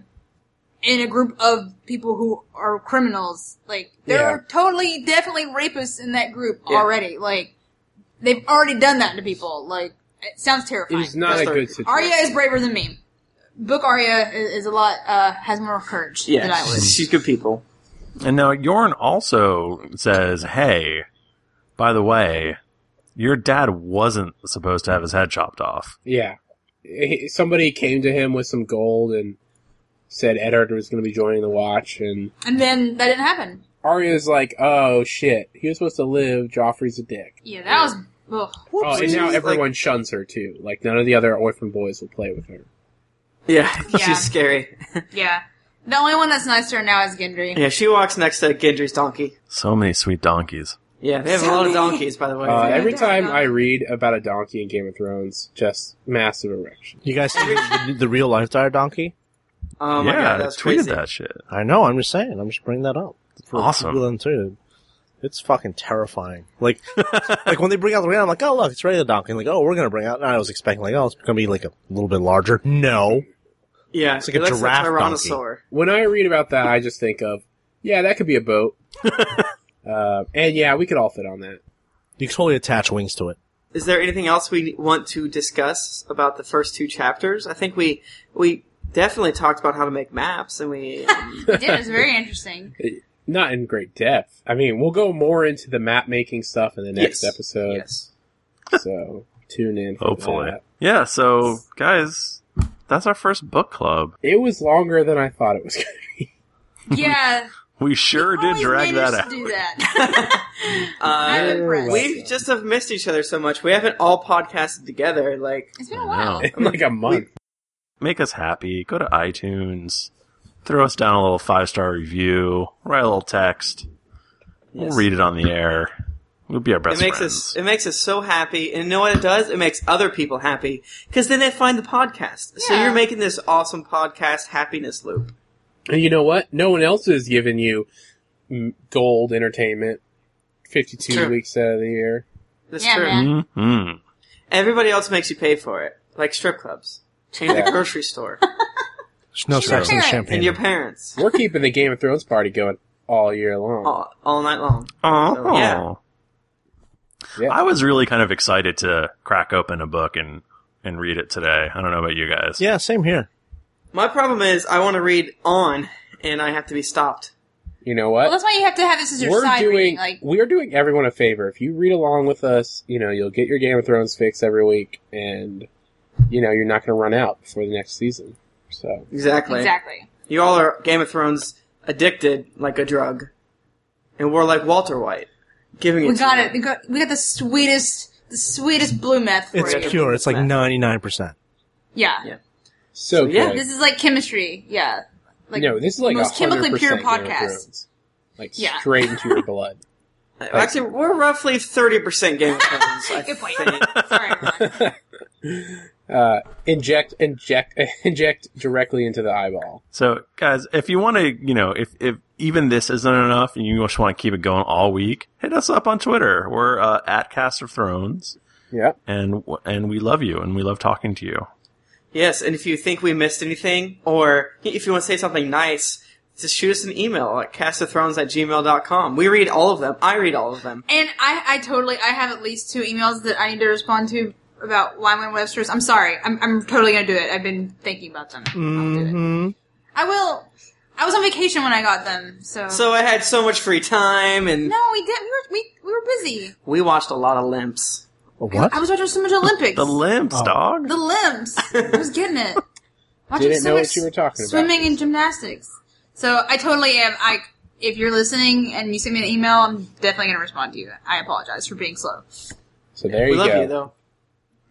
E: in a group of people who are criminals. Like there
D: Yeah.
E: are totally, definitely rapists in that group
A: Yeah.
E: already. Like they've already done that to people. Like it sounds
D: It
E: terrifying.
D: was not
A: That's
D: a
A: the-
D: good situation.
E: Arya is braver than me. Book Arya is, is a lot uh, has more courage than I
A: Yeah,
E: would.
A: she's, she's good people.
B: And now Yorn also says, "Hey, by the way, your dad wasn't supposed to have his head chopped off."
D: Yeah. He- Somebody came to him with some gold and said Eddard was going to be joining the watch, and
E: And then that didn't happen.
D: Arya's like, "Oh shit, he was supposed to live. Joffrey's a dick."
E: Yeah, that was. Ugh.
D: Oh, and now
A: Like-
D: everyone shuns her too. Like none of the other orphan boys will play with her.
A: yeah,
E: Yeah.
A: she's scary.
E: Yeah. The only one that's nice to her now is Gendry.
A: Yeah, she walks next to Gendry's donkey.
B: So many sweet donkeys.
A: Yeah, they have a lot of donkeys, by the way.
D: Uh,
E: Yeah,
D: every
E: yeah,
D: time
E: yeah.
D: I read about a donkey in Game of Thrones, just massive erection.
C: You guys see the, the real life dire donkey?
A: oh my
B: yeah,
A: god, that's
B: tweeted
A: crazy.
B: that shit.
C: I know. I'm just saying. I'm just bringing that up. For
B: Awesome.
C: people to intuit. It's fucking terrifying. Like, like when they bring out the ram, I'm like, oh look, it's ready to donkey. I'm like, oh, we're gonna bring out. And I was expecting like, oh, it's gonna be like a little bit larger. No,
A: Yeah,
C: It's like a
A: it looks
C: giraffe donkey.
A: tyrannosaur.
D: When I read about that, I just think of, yeah, that could be a boat. uh, and yeah, we could all fit on that.
C: you can totally attach wings to it.
A: is there anything else we want to discuss about the first two chapters? I think we we definitely talked about how to make maps, and we um,
E: It did. It's very interesting.
D: Not in great depth. I mean, we'll go more into the map making stuff in the next
A: Yes.
D: episode.
A: yes,
D: So tune in. for
B: Hopefully.
D: that.
B: Yeah, so guys, that's our first book club.
D: it was longer than I thought it was. going to be.
E: Yeah.
B: We sure did
E: always
B: drag
E: managed
B: that out.
E: To do that. I'm
A: uh,
E: impressed.
A: we just have missed each other so much. We haven't all podcasted together. Like,
E: It's been a
B: I
E: while.
B: know.
D: in like a month.
B: Make us happy. Go to iTunes. Throw us down a little five star review. Write a little text.
A: yes.
B: We'll read it on the air. We'll be our
A: It
B: best
A: makes
B: friends.
A: us it makes us so happy, and you know what it does? It makes other people happy because then they find the podcast. So
E: Yeah.
A: you're making this awesome podcast happiness loop.
D: And you know what? No one else is giving you mm, gold entertainment 52
A: True.
D: weeks out of the year.
A: That's
E: Yeah,
A: true.
E: man.
B: hmm
A: Everybody else makes you pay for it, like strip clubs, and the
D: Yeah.
A: grocery store,
C: There's no
E: She's
C: sex in the
E: prepared.
C: champagne.
A: and your parents
D: We're keeping the Game of
E: Oh.
D: Thrones party going all year long.
A: all, all night long.
B: Oh,
A: So, yeah.
D: Yeah.
B: I was really kind of excited to crack open a book and and read it today. I don't know about you guys.
C: Yeah, same here.
A: My problem is I want to read on, and I have to be stopped.
D: You know
E: Well,
D: what?
E: that's why you have to have this as your
D: we're
E: side
D: doing
E: reading. Like,
D: we're doing everyone a favor. If you read along with us, you know you'll get your Game of Thrones fix every week, and you know you're not going to run out before the next season. So
A: Exactly.
E: exactly.
A: You all are Game of Thrones addicted like a drug, and we're like Walter White, giving it.
E: We
A: to
E: got
A: you.
E: it. We got, we got the sweetest, the sweetest blue meth for
C: It's
E: you.
C: pure. It's like ninety nine percent.
E: Yeah.
A: Yeah.
D: so
A: yeah,
D: good.
E: This is like chemistry. Yeah. Like,
D: no, this is like
E: most chemically pure
D: 100% Game of
E: podcast.
D: Thrones. like
E: Yeah.
D: straight into your blood.
A: Uh, Actually, we're roughly thirty percent Game of Thrones. I
E: Good point.
A: think.
E: Sorry, everyone.
D: Uh, inject, inject, inject directly into the eyeball.
B: So, guys, if you want to, you know, if if even this isn't enough and you just want to keep it going all week, hit us up on Twitter. We're uh, at Cast of Thrones,
D: Yeah,
B: and w- and we love you and we love talking to you.
A: Yes, and if you think we missed anything, or if you want to say something nice, just shoot us an email at castofthrones at gmail.com. We read all of them. I read all of them.
E: And I, I totally, I have at least two emails that I need to respond to about Wyman Webster's. I'm sorry, I'm, I'm totally gonna do it. I've been thinking about them. I'll do it.
C: Mm-hmm.
E: I will. I was on vacation when I got them, so.
A: So I had so much free time, and
E: no, we did. We were we, we were busy.
A: we watched a lot of limps.
C: What?
E: I was watching so much Olympics.
B: The limps, dog.
E: the limbs. I was getting it. Watching
D: didn't
E: so
D: know
E: much
D: what you were talking about.
E: swimming and gymnastics. So I totally am. I if you're listening and you send me an email, I'm definitely gonna respond to you. I apologize for being slow.
D: So there
A: We
D: you
A: love
D: go.
A: you, though.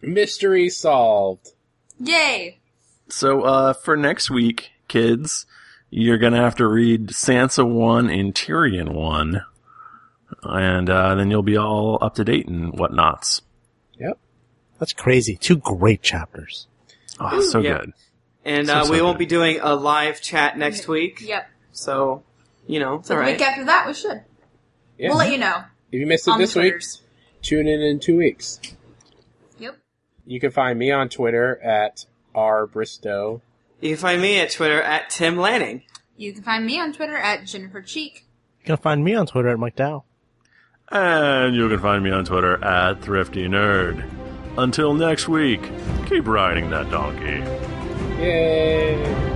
D: Mystery solved.
E: Yay!
B: So, uh, for next week, kids, you're gonna have to read Sansa one and Tyrion one, and uh, then you'll be all up to date and whatnots.
D: Yep.
C: That's crazy. Two great chapters.
B: Oh, so
A: Yeah.
B: good.
A: And
B: So,
A: uh,
B: so
A: we won't be
B: good.
A: doing a live chat next week,
E: Yep.
A: so, you know, it's all
E: The
A: right.
E: Week after that, we should.
D: Yeah.
E: We'll let you know
D: if you missed it
E: on
D: this
E: the
D: week,
E: Twitters.
D: tune in in two weeks.
E: Yep.
D: You can find me on Twitter at rbristow.
A: You can find me at Twitter at Tim Lanning.
E: You can find me on Twitter at Jennifer Cheek.
C: You can find me on Twitter at Mike Dow.
B: And you can find me on Twitter at Thrifty Nerd. Until next week, keep riding that donkey.
D: Yay!